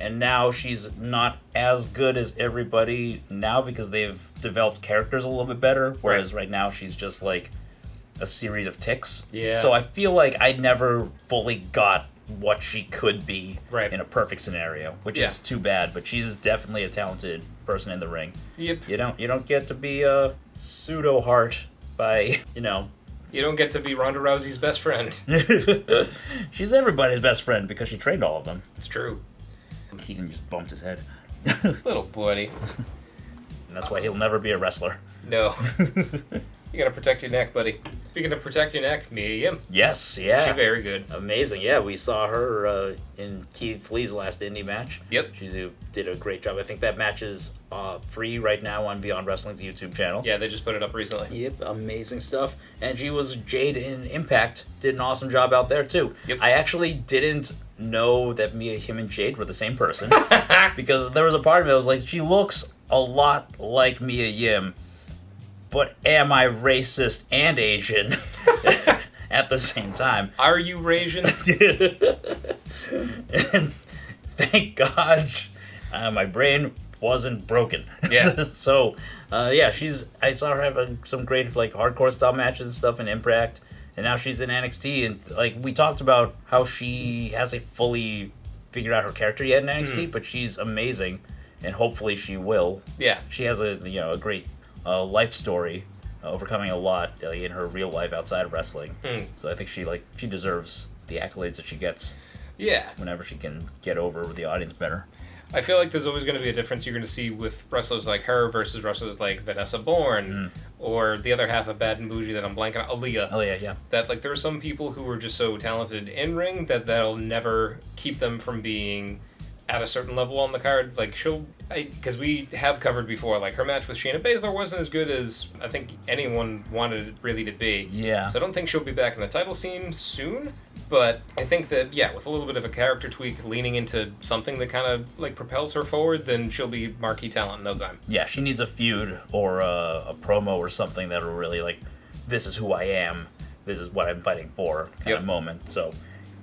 A: and now she's not as good as everybody now because they've developed characters a little bit better. Whereas right, now she's just like a series of ticks.
B: Yeah.
A: So I feel like I never fully got what she could be
B: Right.
A: in a perfect scenario, which is
B: Yeah.
A: too bad. But she's definitely a talented person in the ring.
B: Yep.
A: You don't you don't get to be a pseudo heart by you know.
B: You don't get to be Ronda Rousey's best friend.
A: she's everybody's best friend because she trained all of them.
B: It's true.
A: Keaton just bumped his head.
B: Little buddy.
A: And that's why he'll never be a wrestler.
B: No. you gotta protect your neck, buddy. Speaking of protect your neck, Miriam.
A: Yes,
B: She's
A: yeah.
B: very good.
A: Amazing, yeah. We saw her uh, in Keith Lee's last indie match.
B: Yep.
A: She do- did a great job. I think that match is uh, free right now on Beyond Wrestling's YouTube channel.
B: Yeah, they just put it up recently.
A: Yep, amazing stuff. And she was Jade in Impact. Did an awesome job out there too.
B: Yep.
A: I actually didn't know that Mia, him, and Jade were the same person because there was a part of me that was like, she looks a lot like Mia Yim, but am I racist and Asian at the same time?
B: Are you Rasian?
A: and thank God uh, my brain wasn't broken.
B: Yeah.
A: so, uh, yeah, she's. I saw her have uh, some great like hardcore style matches and stuff in Impact, and now she's in NXT. And like we talked about how she hasn't fully figured out her character yet in NXT, but she's amazing, and hopefully she will.
B: yeah.
A: She has a you know a great uh, life story. uh, Overcoming a lot uh, in her real life outside of wrestling, so I think she like she deserves the accolades that she gets
B: Yeah.
A: whenever she can get over with the audience better.
B: I feel like there's always going to be a difference you're going to see with wrestlers like her versus wrestlers like Vanessa Bourne or the other half of Bad and Bougie that I'm blanking on, Mm. Aaliyah.
A: Oh yeah, yeah,
B: That like there are some people who are just so talented in ring that that'll never keep them from being at a certain level on the card. Like she'll, because we have covered before, like her match with Shayna Baszler wasn't as good as I think anyone wanted it really to be.
A: Yeah.
B: So I don't think she'll be back in the title scene soon. But I think that yeah, with a little bit of a character tweak, leaning into something that kind of like propels her forward, then she'll be marquee talent in no time.
A: yeah. She needs a feud or a, a promo or something that'll really like, this is who I am, this is what I'm fighting for kind
B: Yep.
A: of moment. So,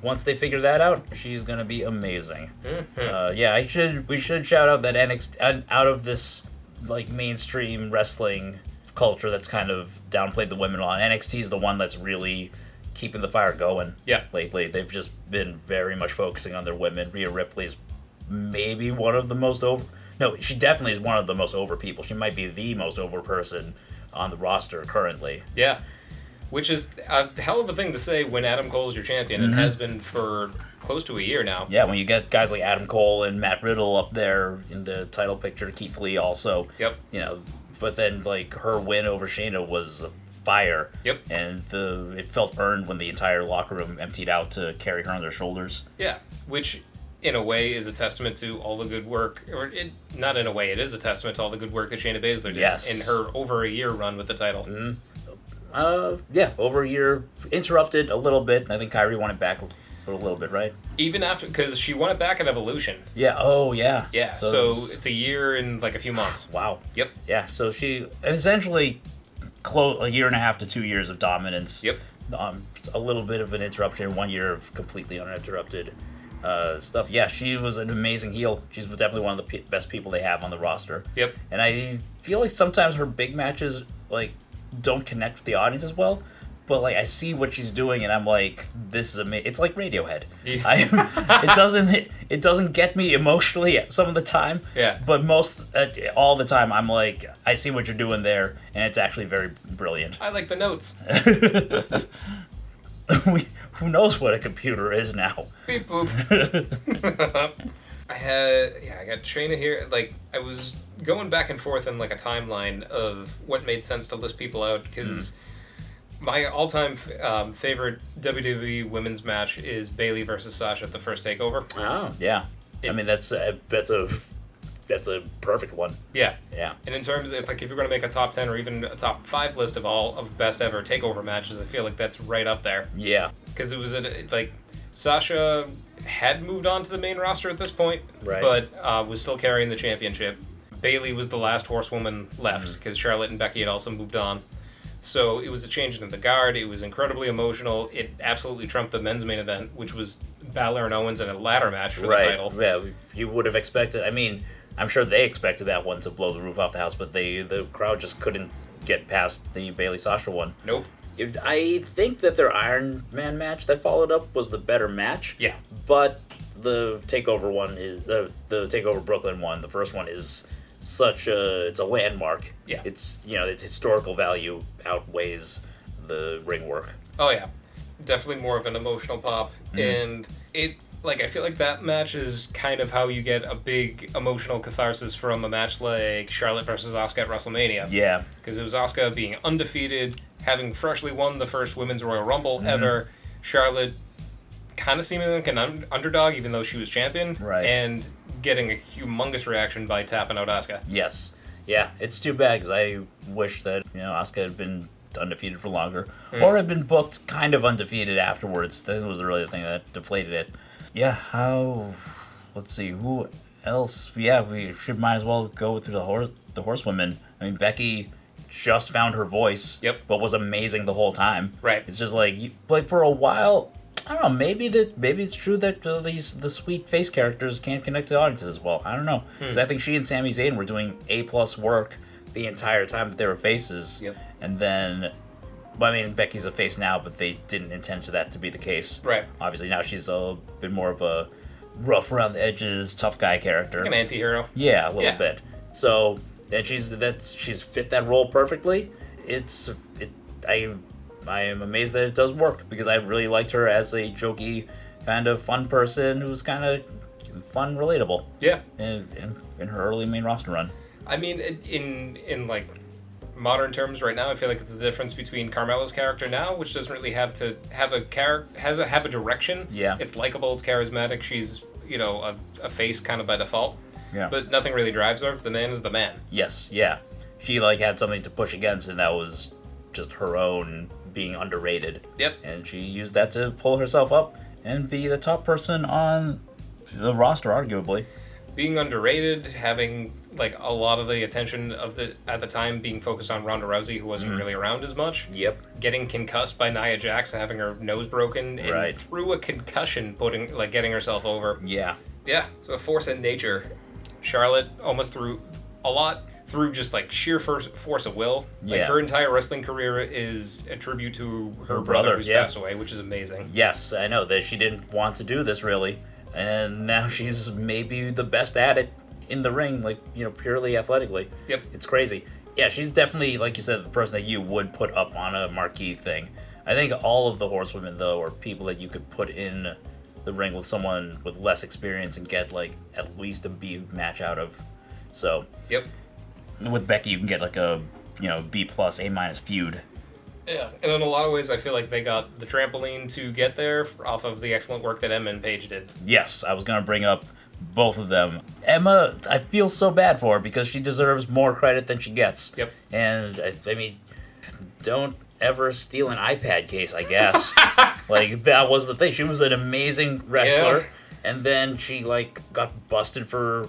A: once they figure that out, she's gonna be amazing.
B: Mm-hmm.
A: Uh, yeah, I should we should shout out that NXT and out of this like mainstream wrestling culture that's kind of downplayed the women a lot. NXT is the one that's really keeping the fire going.
B: Yeah.
A: lately they've just been very much focusing on their women. Rhea Ripley's maybe one of the most over. No, she definitely is one of the most over people. She might be the most over person on the roster currently.
B: Yeah. Which is a hell of a thing to say when Adam Cole's your champion and has been for close to a year now.
A: Mm-hmm. Yeah, when you get guys like Adam Cole and Matt Riddle up there in the title picture, Keith Lee also.
B: Yep.
A: You know, but then like her win over Shayna was fire.
B: Yep.
A: And the it felt earned when the entire locker room emptied out to carry her on their shoulders.
B: Yeah. Which, in a way, is a testament to all the good work, or it, not in a way, it is a testament to all the good work that Shayna Baszler did
A: Yes. Mm-hmm.
B: in her over a year run with the title.
A: Uh, yeah, over a year, interrupted a little bit. I think Kyrie won it back for a little bit, right?
B: Even after, because she won it back at Evolution.
A: Yeah. Oh, yeah.
B: Yeah. So,
A: it's-
B: it's a year and like a few months.
A: wow.
B: Yep.
A: Yeah. So she essentially close a year and a half to two years of dominance.
B: Yep.
A: Um, a little bit of an interruption, one year of completely uninterrupted uh, stuff. Yeah, she was an amazing heel. She's definitely one of the pe best people they have on the roster.
B: Yep.
A: And I feel like sometimes her big matches like don't connect with the audience as well. But like I see what she's doing, and I'm like, this is amazing. It's like Radiohead.
B: Yeah.
A: I, it doesn't it doesn't get me emotionally some of the time.
B: Yeah.
A: But most uh, all the time, I'm like, I see what you're doing there, and it's actually very brilliant.
B: I like the notes.
A: we, who knows what a computer is now?
B: Beep boop. I had yeah, I got Shayna here. Like I was going back and forth in like a timeline of what made sense to list people out because my all-time f- um, favorite WWE women's match is Bailey versus Sasha at the first Takeover.
A: Oh. Yeah. I mean, that's a, that's a that's a perfect one.
B: Yeah.
A: Yeah.
B: And in terms of like if you're gonna make a top ten or even a top five list of all of best ever takeover matches, I feel like that's right up there.
A: Yeah.
B: because it was at, like Sasha had moved on to the main roster at this point,
A: Right.
B: but uh, was still carrying the
A: Mm.
B: championship. Bailey was the last horsewoman left because Charlotte and Becky had also moved on. So it was a change in the guard. It was incredibly emotional. It absolutely trumped the men's main event, which was Balor and Owens in a ladder match for the
A: right.
B: title.
A: Yeah, we- you would have expected. I mean, I'm sure they expected that one to blow the roof off the house, but they the crowd just couldn't get past the Bailey Sasha one.
B: Nope.
A: If- I think that their Iron Man match that followed up was the better match.
B: Yeah.
A: But the takeover one is the the takeover Brooklyn one. The first one is such a it's a landmark.
B: Yeah.
A: It's you know its historical value outweighs the ring work.
B: Oh yeah, definitely more of an emotional pop,
A: Mm-hmm.
B: and it like I feel like that match is kind of how you get a big emotional catharsis from a match like Charlotte versus Asuka at WrestleMania.
A: Yeah.
B: because it was Asuka being undefeated, having freshly won the first women's Royal Rumble
A: Mm-hmm.
B: ever. Charlotte kind of seeming like an un- underdog, even though she was champion,
A: Right.
B: and getting a humongous reaction by tapping out Asuka.
A: Yes. Yeah, it's too bad because I wish that you know Asuka had been undefeated for longer,
B: Hmm.
A: or had been booked kind of undefeated afterwards. That was really the thing that deflated it. Yeah. How? Let's see. Who else? Yeah, we should might as well go through the horse the horsewomen. I mean, Becky just found her voice.
B: Yep.
A: But was amazing the whole time.
B: Right.
A: It's just like you, like for a while. I don't know. Maybe that maybe it's true that uh, these the sweet face characters can't connect to audiences as well. I don't know
B: Hmm.
A: because I think she and Sami Zayn were doing a plus work the entire time that they were faces.
B: Yep.
A: And then, well, I mean, Becky's a face now, but they didn't intend for that to be the case.
B: Right.
A: Obviously, now she's a bit more of a rough around the edges, tough guy character.
B: An anti-hero.
A: Yeah, a little
B: Yeah.
A: bit. So and she's that's she's fit that role perfectly. It's it I I am amazed that it does work because I really liked her as a jokey kind of fun person who's kind of fun relatable
B: Yeah,
A: in, in, in her early main roster run.
B: I mean, it- in in like modern terms, right now, I feel like it's the difference between Carmella's character now, which doesn't really have to have a character has a have a direction.
A: Yeah.
B: it's likable, it's charismatic. She's you know a, a face kind of by default,
A: Yeah.
B: but nothing really drives her. The man is the man.
A: Yes, yeah. She like had something to push against and that was just her own being underrated.
B: Yep.
A: And she used that to pull herself up and be the top person on the roster arguably.
B: being underrated, having like a lot of the attention of the at the time being focused on Ronda Rousey, who
A: Mm-hmm.
B: wasn't really around as much.
A: Yep.
B: Getting concussed by Nia Jax, having her nose broken, and
A: Right.
B: through a concussion, putting like getting herself over.
A: Yeah.
B: Yeah, so a force in nature. Charlotte almost through a lot through just like sheer force, force of will. Like
A: Yeah.
B: her entire wrestling career is a tribute to her, brother,
A: brother,
B: who's
A: yeah.
B: passed away, which is amazing.
A: Yes, I know that she didn't want to do this really, and now she's maybe the best at it in the ring, like you know, purely athletically.
B: Yep.
A: it's crazy. Yeah, she's definitely like you said, the person that you would put up on a marquee thing. I think all of the horsewomen though are people that you could put in the ring with someone with less experience and get like at least a B match out of. So
B: Yep.
A: with Becky, you can get like a you know B plus A minus feud.
B: Yeah, and in a lot of ways, I feel like they got the trampoline to get there f- off of the excellent work that Emma and Paige did.
A: Yes, I was going to bring up both of them. Emma, I feel so bad for her because she deserves more credit than she gets.
B: Yep.
A: And I, I mean, don't ever steal an iPad case, I guess. like that was the thing. She was an amazing wrestler
B: Yeah.
A: and then she like got busted for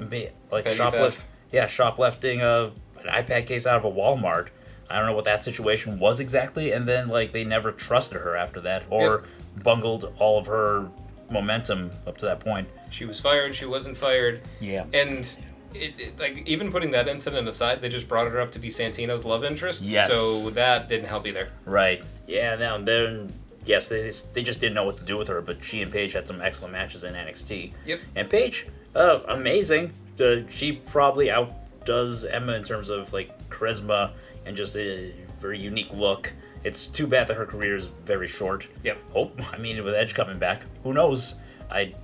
A: ma- like
B: Petty
A: shoplift.
B: theft.
A: Yeah, shoplifting a an iPad case out of a Walmart. I don't know what that situation was exactly, and then like they never trusted her after that, or bungled all of her momentum up to that point.
B: She was fired. She wasn't fired.
A: Yeah.
B: And it, it- like even putting that incident aside, they just brought her up to be Santino's love interest.
A: Yes.
B: So that didn't help either.
A: Right. Yeah. Now then, yes, they just, they just didn't know what to do with her. But she and Paige had some excellent matches in NXT.
B: Yep.
A: And Paige, uh, amazing. Uh, she probably outdoes Emma in terms of like charisma and just a very unique look. It's too bad that her career is very short.
B: Yep.
A: Oh, I mean, with Edge coming back, who knows? I,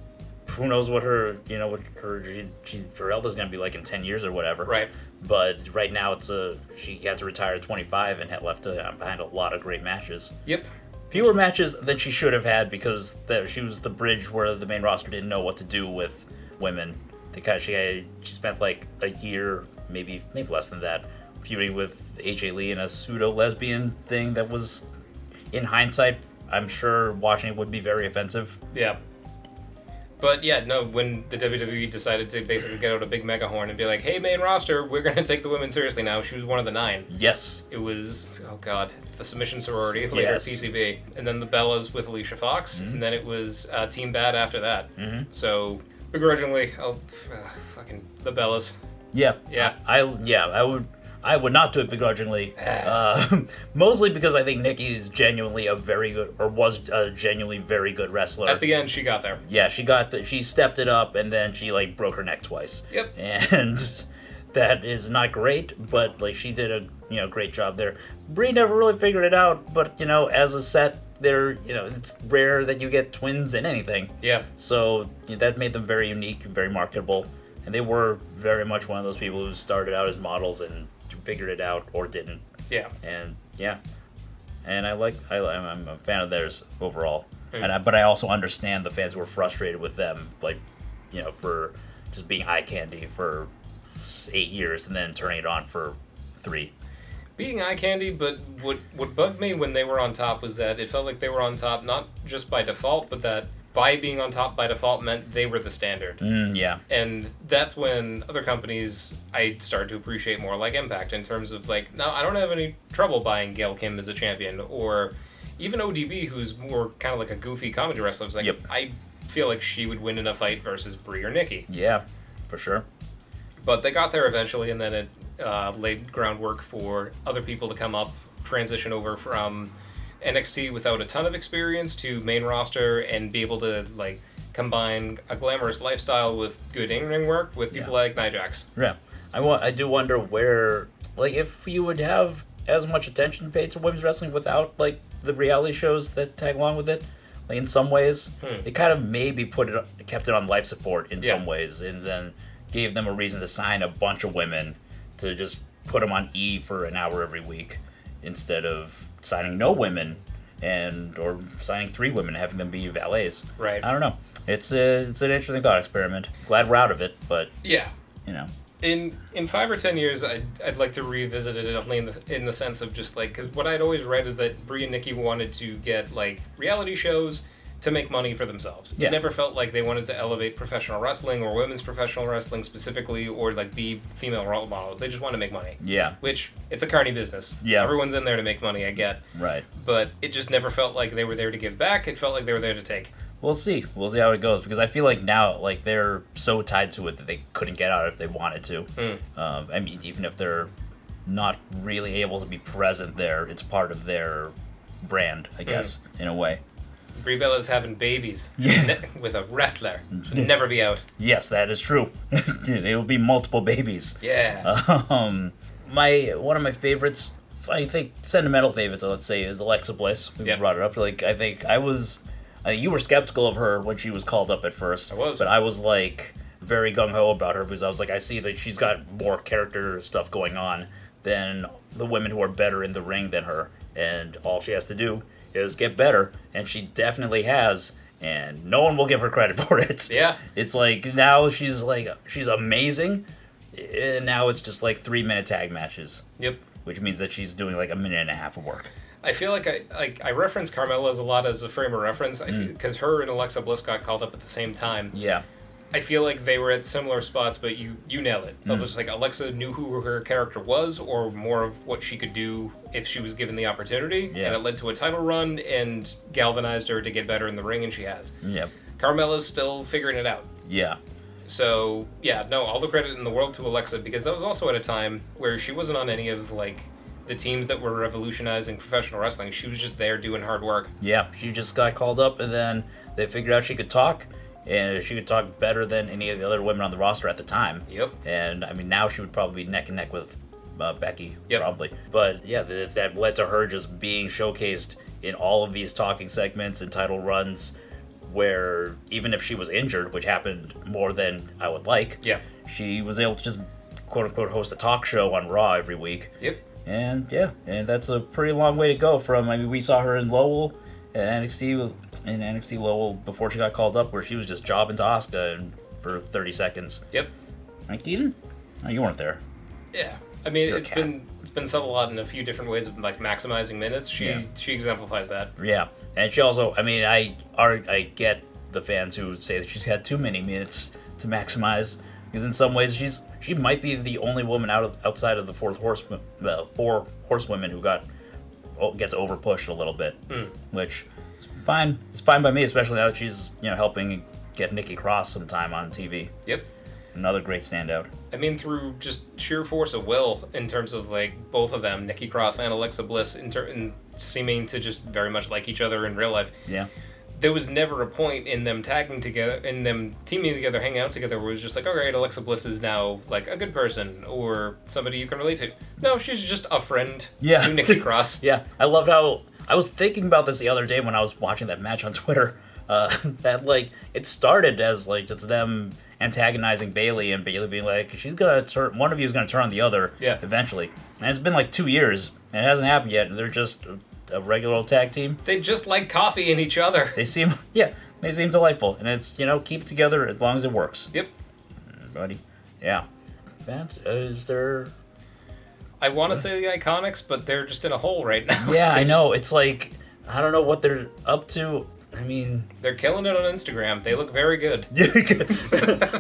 A: who knows what her, you know, what her, she, she, her health is gonna be like in ten years or whatever.
B: Right.
A: But right now, it's a she had to retire at 25 and had left uh, behind a lot of great matches.
B: Yep.
A: Fewer matches than she should have had because the, she was the bridge where the main roster didn't know what to do with women. Because she had, she spent like a year, maybe maybe less than that, feuding with AJ Lee in a pseudo lesbian thing that was, in hindsight, I'm sure watching it would be very offensive.
B: Yeah. But yeah, no, when the WWE decided to basically get out a big mega horn and be like, hey, main roster, we're going to take the women seriously now, she was one of the nine.
A: Yes.
B: It was, oh God, the Submission Sorority, later
A: Yes.
B: PCB, and then the Bellas with Alicia Fox, and then it was uh, Team Bad after that. Mm-hmm. So, begrudgingly, I'll, uh, fucking, the Bellas.
A: Yeah.
B: Yeah.
A: I yeah I would I would not do it begrudgingly. Uh, mostly because I think Nikki is genuinely a very good or was a genuinely very good wrestler.
B: At the end, she got there.
A: yeah, she got the, she stepped it up and then she like broke her neck twice.
B: Yep.
A: And that is not great, but like she did a you know great job there. Bree never really figured it out, but you know as a set they're you know it's rare that you get twins in anything.
B: Yeah.
A: So yeah, that made them very unique and very marketable. And they were very much one of those people who started out as models and figured it out or didn't.
B: Yeah.
A: And yeah, and I like I, I'm I'm a fan of theirs overall. And I, but I also understand the fans who were frustrated with them, like you know, for just being eye candy for s- eight years and then turning it on for three.
B: being eye candy, but what what bugged me when they were on top was that it felt like they were on top not just by default, but that by being on top by default meant they were the standard.
A: Mm, yeah,
B: And that's when other companies I started to appreciate more, like Impact, in terms of like, no, I don't have any trouble buying Gail Kim as a champion, or even ODB, who's more kind of like a goofy comedy wrestler. It's like
A: Yep.
B: I feel like she would win in a fight versus Brie or Nikki
A: yeah, for sure.
B: but they got there eventually, and then it uh, laid groundwork for other people to come up, transition over from NXT without a ton of experience to main roster, and be able to like combine a glamorous lifestyle with good in-ring work with people
A: Yeah.
B: like Nijax.
A: Yeah, I want. I do wonder where, like, if you would have as much attention paid to women's wrestling without like the reality shows that tag along with it. Like in some ways, it kind of maybe put it kept it on life support in
B: Hmm. Yeah.
A: some ways, and then gave them a reason to sign a bunch of women to just put them on E for an hour every week instead of signing no women and or signing three women and having them be valets.
B: Right.
A: I don't know. It's a, it's an interesting thought experiment. Glad we're out of it, but
B: Yeah.
A: you know.
B: In in five or ten years, I'd, I'd like to revisit it only in the, in the sense of just like because what I'd always read is that Brie and Nikki wanted to get like reality shows to make money for themselves.
A: Yeah.
B: It never felt like they wanted to elevate professional wrestling or women's professional wrestling specifically, or like be female role models. They just want to make money.
A: Yeah.
B: Which it's a carny business.
A: Yeah.
B: everyone's in there to make money. I get,
A: Right.
B: but it just never felt like they were there to give back. It felt like they were there to take.
A: We'll see. We'll see how it goes because I feel like now, like they're so tied to it that they couldn't get out if they wanted to. Um, I mean, even if they're not really able to be present there, it's part of their brand, I guess, in a way.
B: Brie Bella's having babies
A: Yeah. Mm-hmm.
B: with a wrestler. Should never be out.
A: Yes, that is true. it will be multiple babies.
B: Yeah.
A: Um, my one of my favorites, I think, sentimental favorites. Let's say is Alexa Bliss. We
B: Yep.
A: brought it up. Like I think I was, uh, you were skeptical of her when she was called up at first. I
B: was.
A: but I was like very gung ho about her because I was like, I see that she's got more character stuff going on than the women who are better in the ring than her, and all she has to do is get better, and she definitely has. And no one will give her credit for it.
B: Yeah.
A: It's like now she's like she's amazing, and now it's just like three minute tag matches,
B: Yep.
A: which means that she's doing like a minute and a half of work.
B: I feel like I like I reference Carmella's a lot as a frame of reference because her and Alexa Bliss got called up at the same time.
A: Yeah,
B: I feel like they were at similar spots, but you you nail it. It was like Alexa knew who her character was, or more of what she could do if she was given the opportunity,
A: Yeah.
B: and it led to a title run and galvanized her to get better in the ring, and she has.
A: yeah,
B: Carmella's still figuring it out.
A: yeah,
B: So yeah, no, all the credit in the world to Alexa because that was also at a time where she wasn't on any of like the teams that were revolutionizing professional wrestling. She was just there doing hard work.
A: yeah. She just got called up, and then they figured out she could talk, and she could talk better than any of the other women on the roster at the time.
B: Yep.
A: And I mean, now she would probably be neck and neck with uh, Becky,
B: Yep.
A: probably. But yeah, th- that led to her just being showcased in all of these talking segments and title runs, where even if she was injured, which happened more than I would like,
B: Yeah.
A: she was able to just quote unquote host a talk show on Raw every week.
B: Yep.
A: And yeah, and that's a pretty long way to go from. I mean, we saw her in Lowell at NXT in NXT Lowell before she got called up, where she was just jobbing to Asuka and, for 30 seconds.
B: Yep.
A: Mike Keaton? No, you weren't there.
B: Yeah. I mean,
A: You're a
B: it's
A: cat.
B: been it's been said a lot in a few different ways of like maximizing minutes. She
A: Yeah.
B: she exemplifies that.
A: Yeah, and she also, I mean, I are I get the fans who say that she's had too many minutes to maximize. Because in some ways, she's she might be the only woman out of, outside of the fourth horse, uh, four horsewomen who got oh, gets over pushed a little bit, which is fine. It's fine by me, especially now that she's you know helping get Nikki Cross some time on TV.
B: Yep.
A: Another great standout.
B: I mean, through just sheer force of will, in terms of like both of them, Nikki Cross and Alexa Bliss, in, ter- in seeming to just very much like each other in real life,
A: Yeah.
B: there was never a point in them tagging together, in them teaming together, hanging out together, where it was just like, all right, Alexa Bliss is now like a good person or somebody you can relate to. No, she's just a friend
A: Yeah.
B: to Nikki Cross.
A: Yeah, I loved how I was thinking about this the other day when I was watching that match on Twitter. Uh, that like it started as like just them antagonizing Bailey and Bailey being like she's gonna turn one of you is gonna turn on the other
B: Yeah.
A: eventually. And it's been like two years and it hasn't happened yet. And they're just a, a regular old tag team.
B: They just like coffee and each other.
A: They seem yeah they seem delightful and it's you know keep it together as long as it works,
B: Yep.
A: buddy. Yeah, that is their
B: I want to say the Iconics, but they're just in a hole right now.
A: yeah
B: They
A: I
B: just-
A: know it's like I don't know what they're up to. I mean,
B: They're killing it on Instagram. They look very good.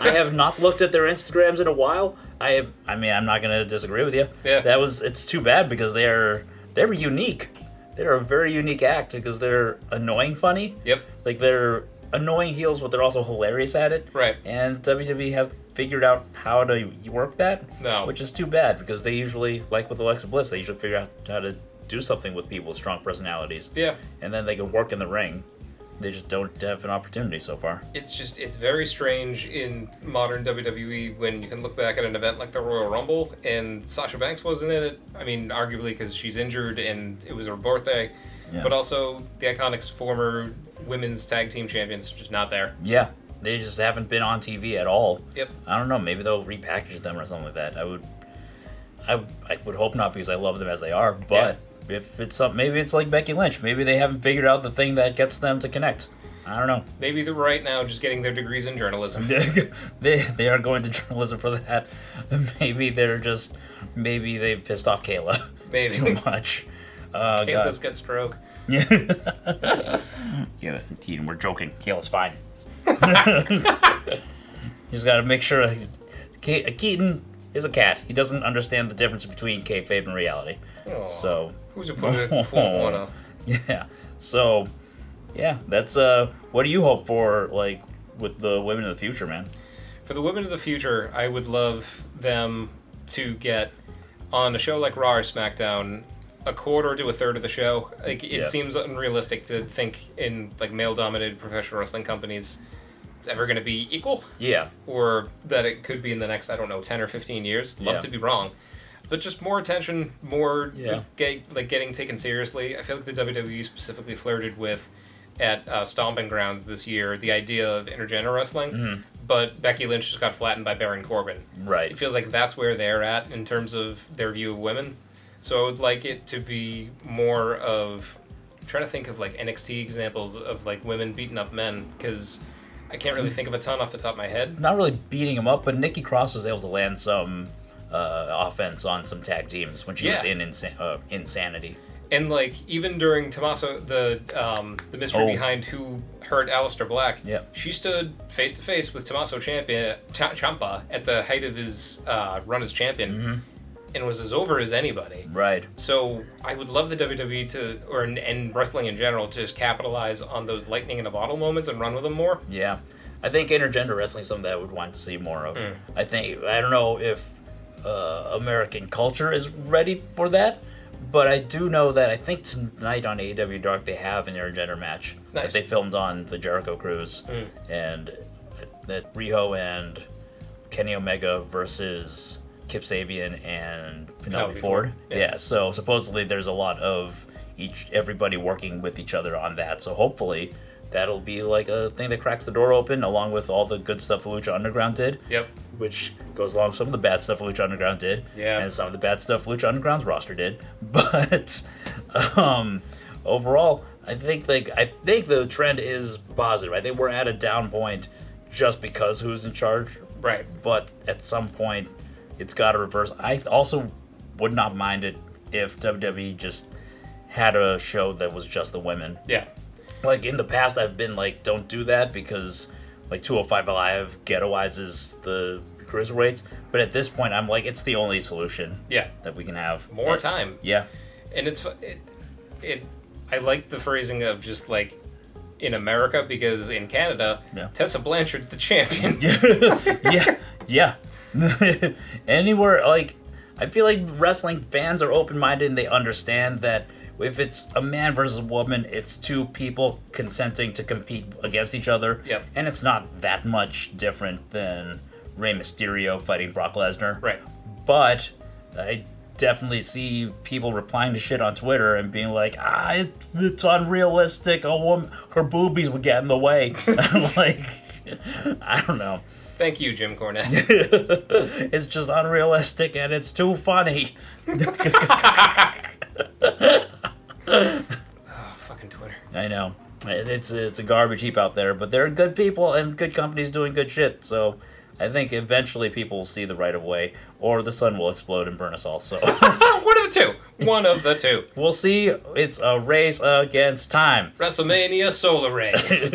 A: I have not looked at their Instagrams in a while. I have, I mean, I'm not gonna disagree with you.
B: Yeah.
A: That was it's too bad because they're they're unique. They're a very unique act because they're annoying funny.
B: Yep.
A: Like they're annoying heels, but they're also hilarious at it.
B: Right.
A: And WWE has figured out how to work that.
B: No.
A: Which is too bad because they usually, like with Alexa Bliss, they usually figure out how to do something with people with strong personalities.
B: Yeah.
A: And then they can work in the ring. They just don't have an opportunity so far.
B: It's just it's very strange in modern WWE when you can look back at an event like the Royal Rumble and Sasha Banks wasn't in it. I mean, arguably because she's injured and it was her birthday,
A: Yeah.
B: but also the Iconics' former women's tag team champions just not there.
A: Yeah, they just haven't been on TV at all.
B: Yep.
A: I don't know. Maybe they'll repackage them or something like that. I would, I, I would hope not because I love them as they are. But if it's some, maybe it's like Becky Lynch. Maybe they haven't figured out the thing that gets them to connect. I don't know.
B: Maybe they're right now just getting their degrees in journalism.
A: they they are going to journalism for that. Maybe they're just maybe they pissed off Kayla
B: Maybe.
A: too much. Uh, God.
B: Kayla's got stroke.
A: Yeah, Keaton, we're joking. Kayla's fine. He's got to make sure. Ke- Keaton is a cat. He doesn't understand the difference between kayfabe and reality.
B: Aw.
A: So,
B: who's a political form?
A: yeah. So, yeah, that's. uh What do you hope for, like, with the women of the future, man?
B: for the women of the future, I would love them to get on a show like Raw or SmackDown a quarter to a third of the show. Like it
A: Yeah.
B: seems unrealistic to think in like male-dominated professional wrestling companies it's ever going to be equal,
A: Yeah.
B: or that it could be in the next I don't know ten or fifteen years. Love
A: Yeah.
B: to be wrong. But just more attention, more
A: Yeah.
B: get, like getting taken seriously. I feel like the WWE specifically flirted with at uh, Stomping Grounds this year the idea of intergender wrestling,
A: Mm-hmm.
B: but Becky Lynch just got flattened by Baron Corbin.
A: Right.
B: It feels like that's where they're at in terms of their view of women. So I would like it to be more of I'm trying to think of like NXT examples of like women beating up men because I can't
A: Mm-hmm.
B: really think of a ton off the top of my head.
A: Not really beating him up, but Nikki Cross was able to land some uh offense on some tag teams when she was
B: Yeah.
A: in insa- uh, Insanity.
B: And like even during Tommaso the um, the mystery
A: Oh.
B: behind who hurt Alistair Black,
A: Yeah.
B: she stood face to face with Tommaso Champion Cha Champa at the height of his uh, run as champion,
A: Mm-hmm.
B: and was as over as anybody.
A: Right.
B: So I would love the WWE to or and, and wrestling in general to just capitalize on those lightning in a bottle moments and run with them more.
A: Yeah, I think intergender wrestling is something that I would want to see more of. I think I don't know if uh, American culture is ready for that, but I do know that I think tonight on AEW Dark they have an intergender match that
B: Nice.
A: they filmed on the Jericho Cruise, and uh, that Riho and Kenny Omega versus Kip Sabian and Penelope
B: Penelope
A: Ford.
B: Ford,
A: Yeah. so supposedly there's a lot of each everybody working with each other on that. So hopefully that'll be like a thing that cracks the door open along with all the good stuff Lucha Underground did.
B: Yep.
A: Which goes along with some of the bad stuff Lucha Underground did.
B: Yeah.
A: And some of the bad stuff Lucha Underground's roster did. But um overall, I think like I think the trend is positive. I think we're at a down point just because who's in charge
B: Right.
A: but at some point it's got to reverse. I also would not E mind it if WWE just had a show that was just the women.
B: Yeah.
A: Like in the past, I've been like, don't do that because like 205 Live ghettoizes the cruiserweights. But at this point, I'm like, it's the only solution
B: Yeah.
A: that we can have.
B: More
A: Uh,
B: time.
A: Yeah.
B: and it's it, it i like the phrasing of just like in america because in canada
A: Yeah.
B: tessa blanchard's the champion
A: yeah, yeah. Anywhere, like, I feel like wrestling fans are open minded and they understand that if it's a man versus a woman, it's two people consenting to compete against each other.
B: Yep.
A: And it's not that much different than Rey Mysterio fighting Brock Lesnar.
B: right
A: But I definitely see people replying to shit on Twitter and being like, ah, it- it's unrealistic. A woman, her boobies would get in the way. I'm like, I don't know
B: thank you jim cornette
A: it's just unrealistic and it's too funny.
B: oh, fucking twitter
A: I know. It's it's a garbage heap out there, but there are good people and good companies doing good shit. So I think eventually people will see the right of way, or the sun will explode and burn us all. So
B: one of the two one of the two
A: we'll see. It's a race against time.
B: wrestlemania solar rays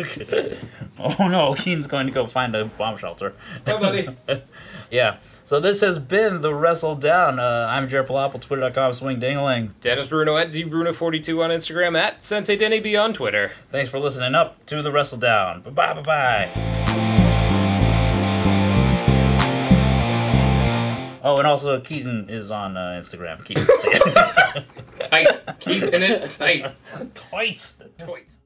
A: oh no, Keen's going to go find a bomb shelter.
B: Bye, buddy
A: Yeah. So this has been the Wrestle Down. Uh, I'm Jared Palapple, twitter.com, swing dingling.
B: dennis bruno at dbruno42 on instagram at sensei denny b on twitter
A: Thanks for listening up to the Wrestle Down. Bye bye bye bye. Oh, and also Keaton is on uh, Instagram. Keaton,
B: tight keeping it tight
A: twice.
B: tight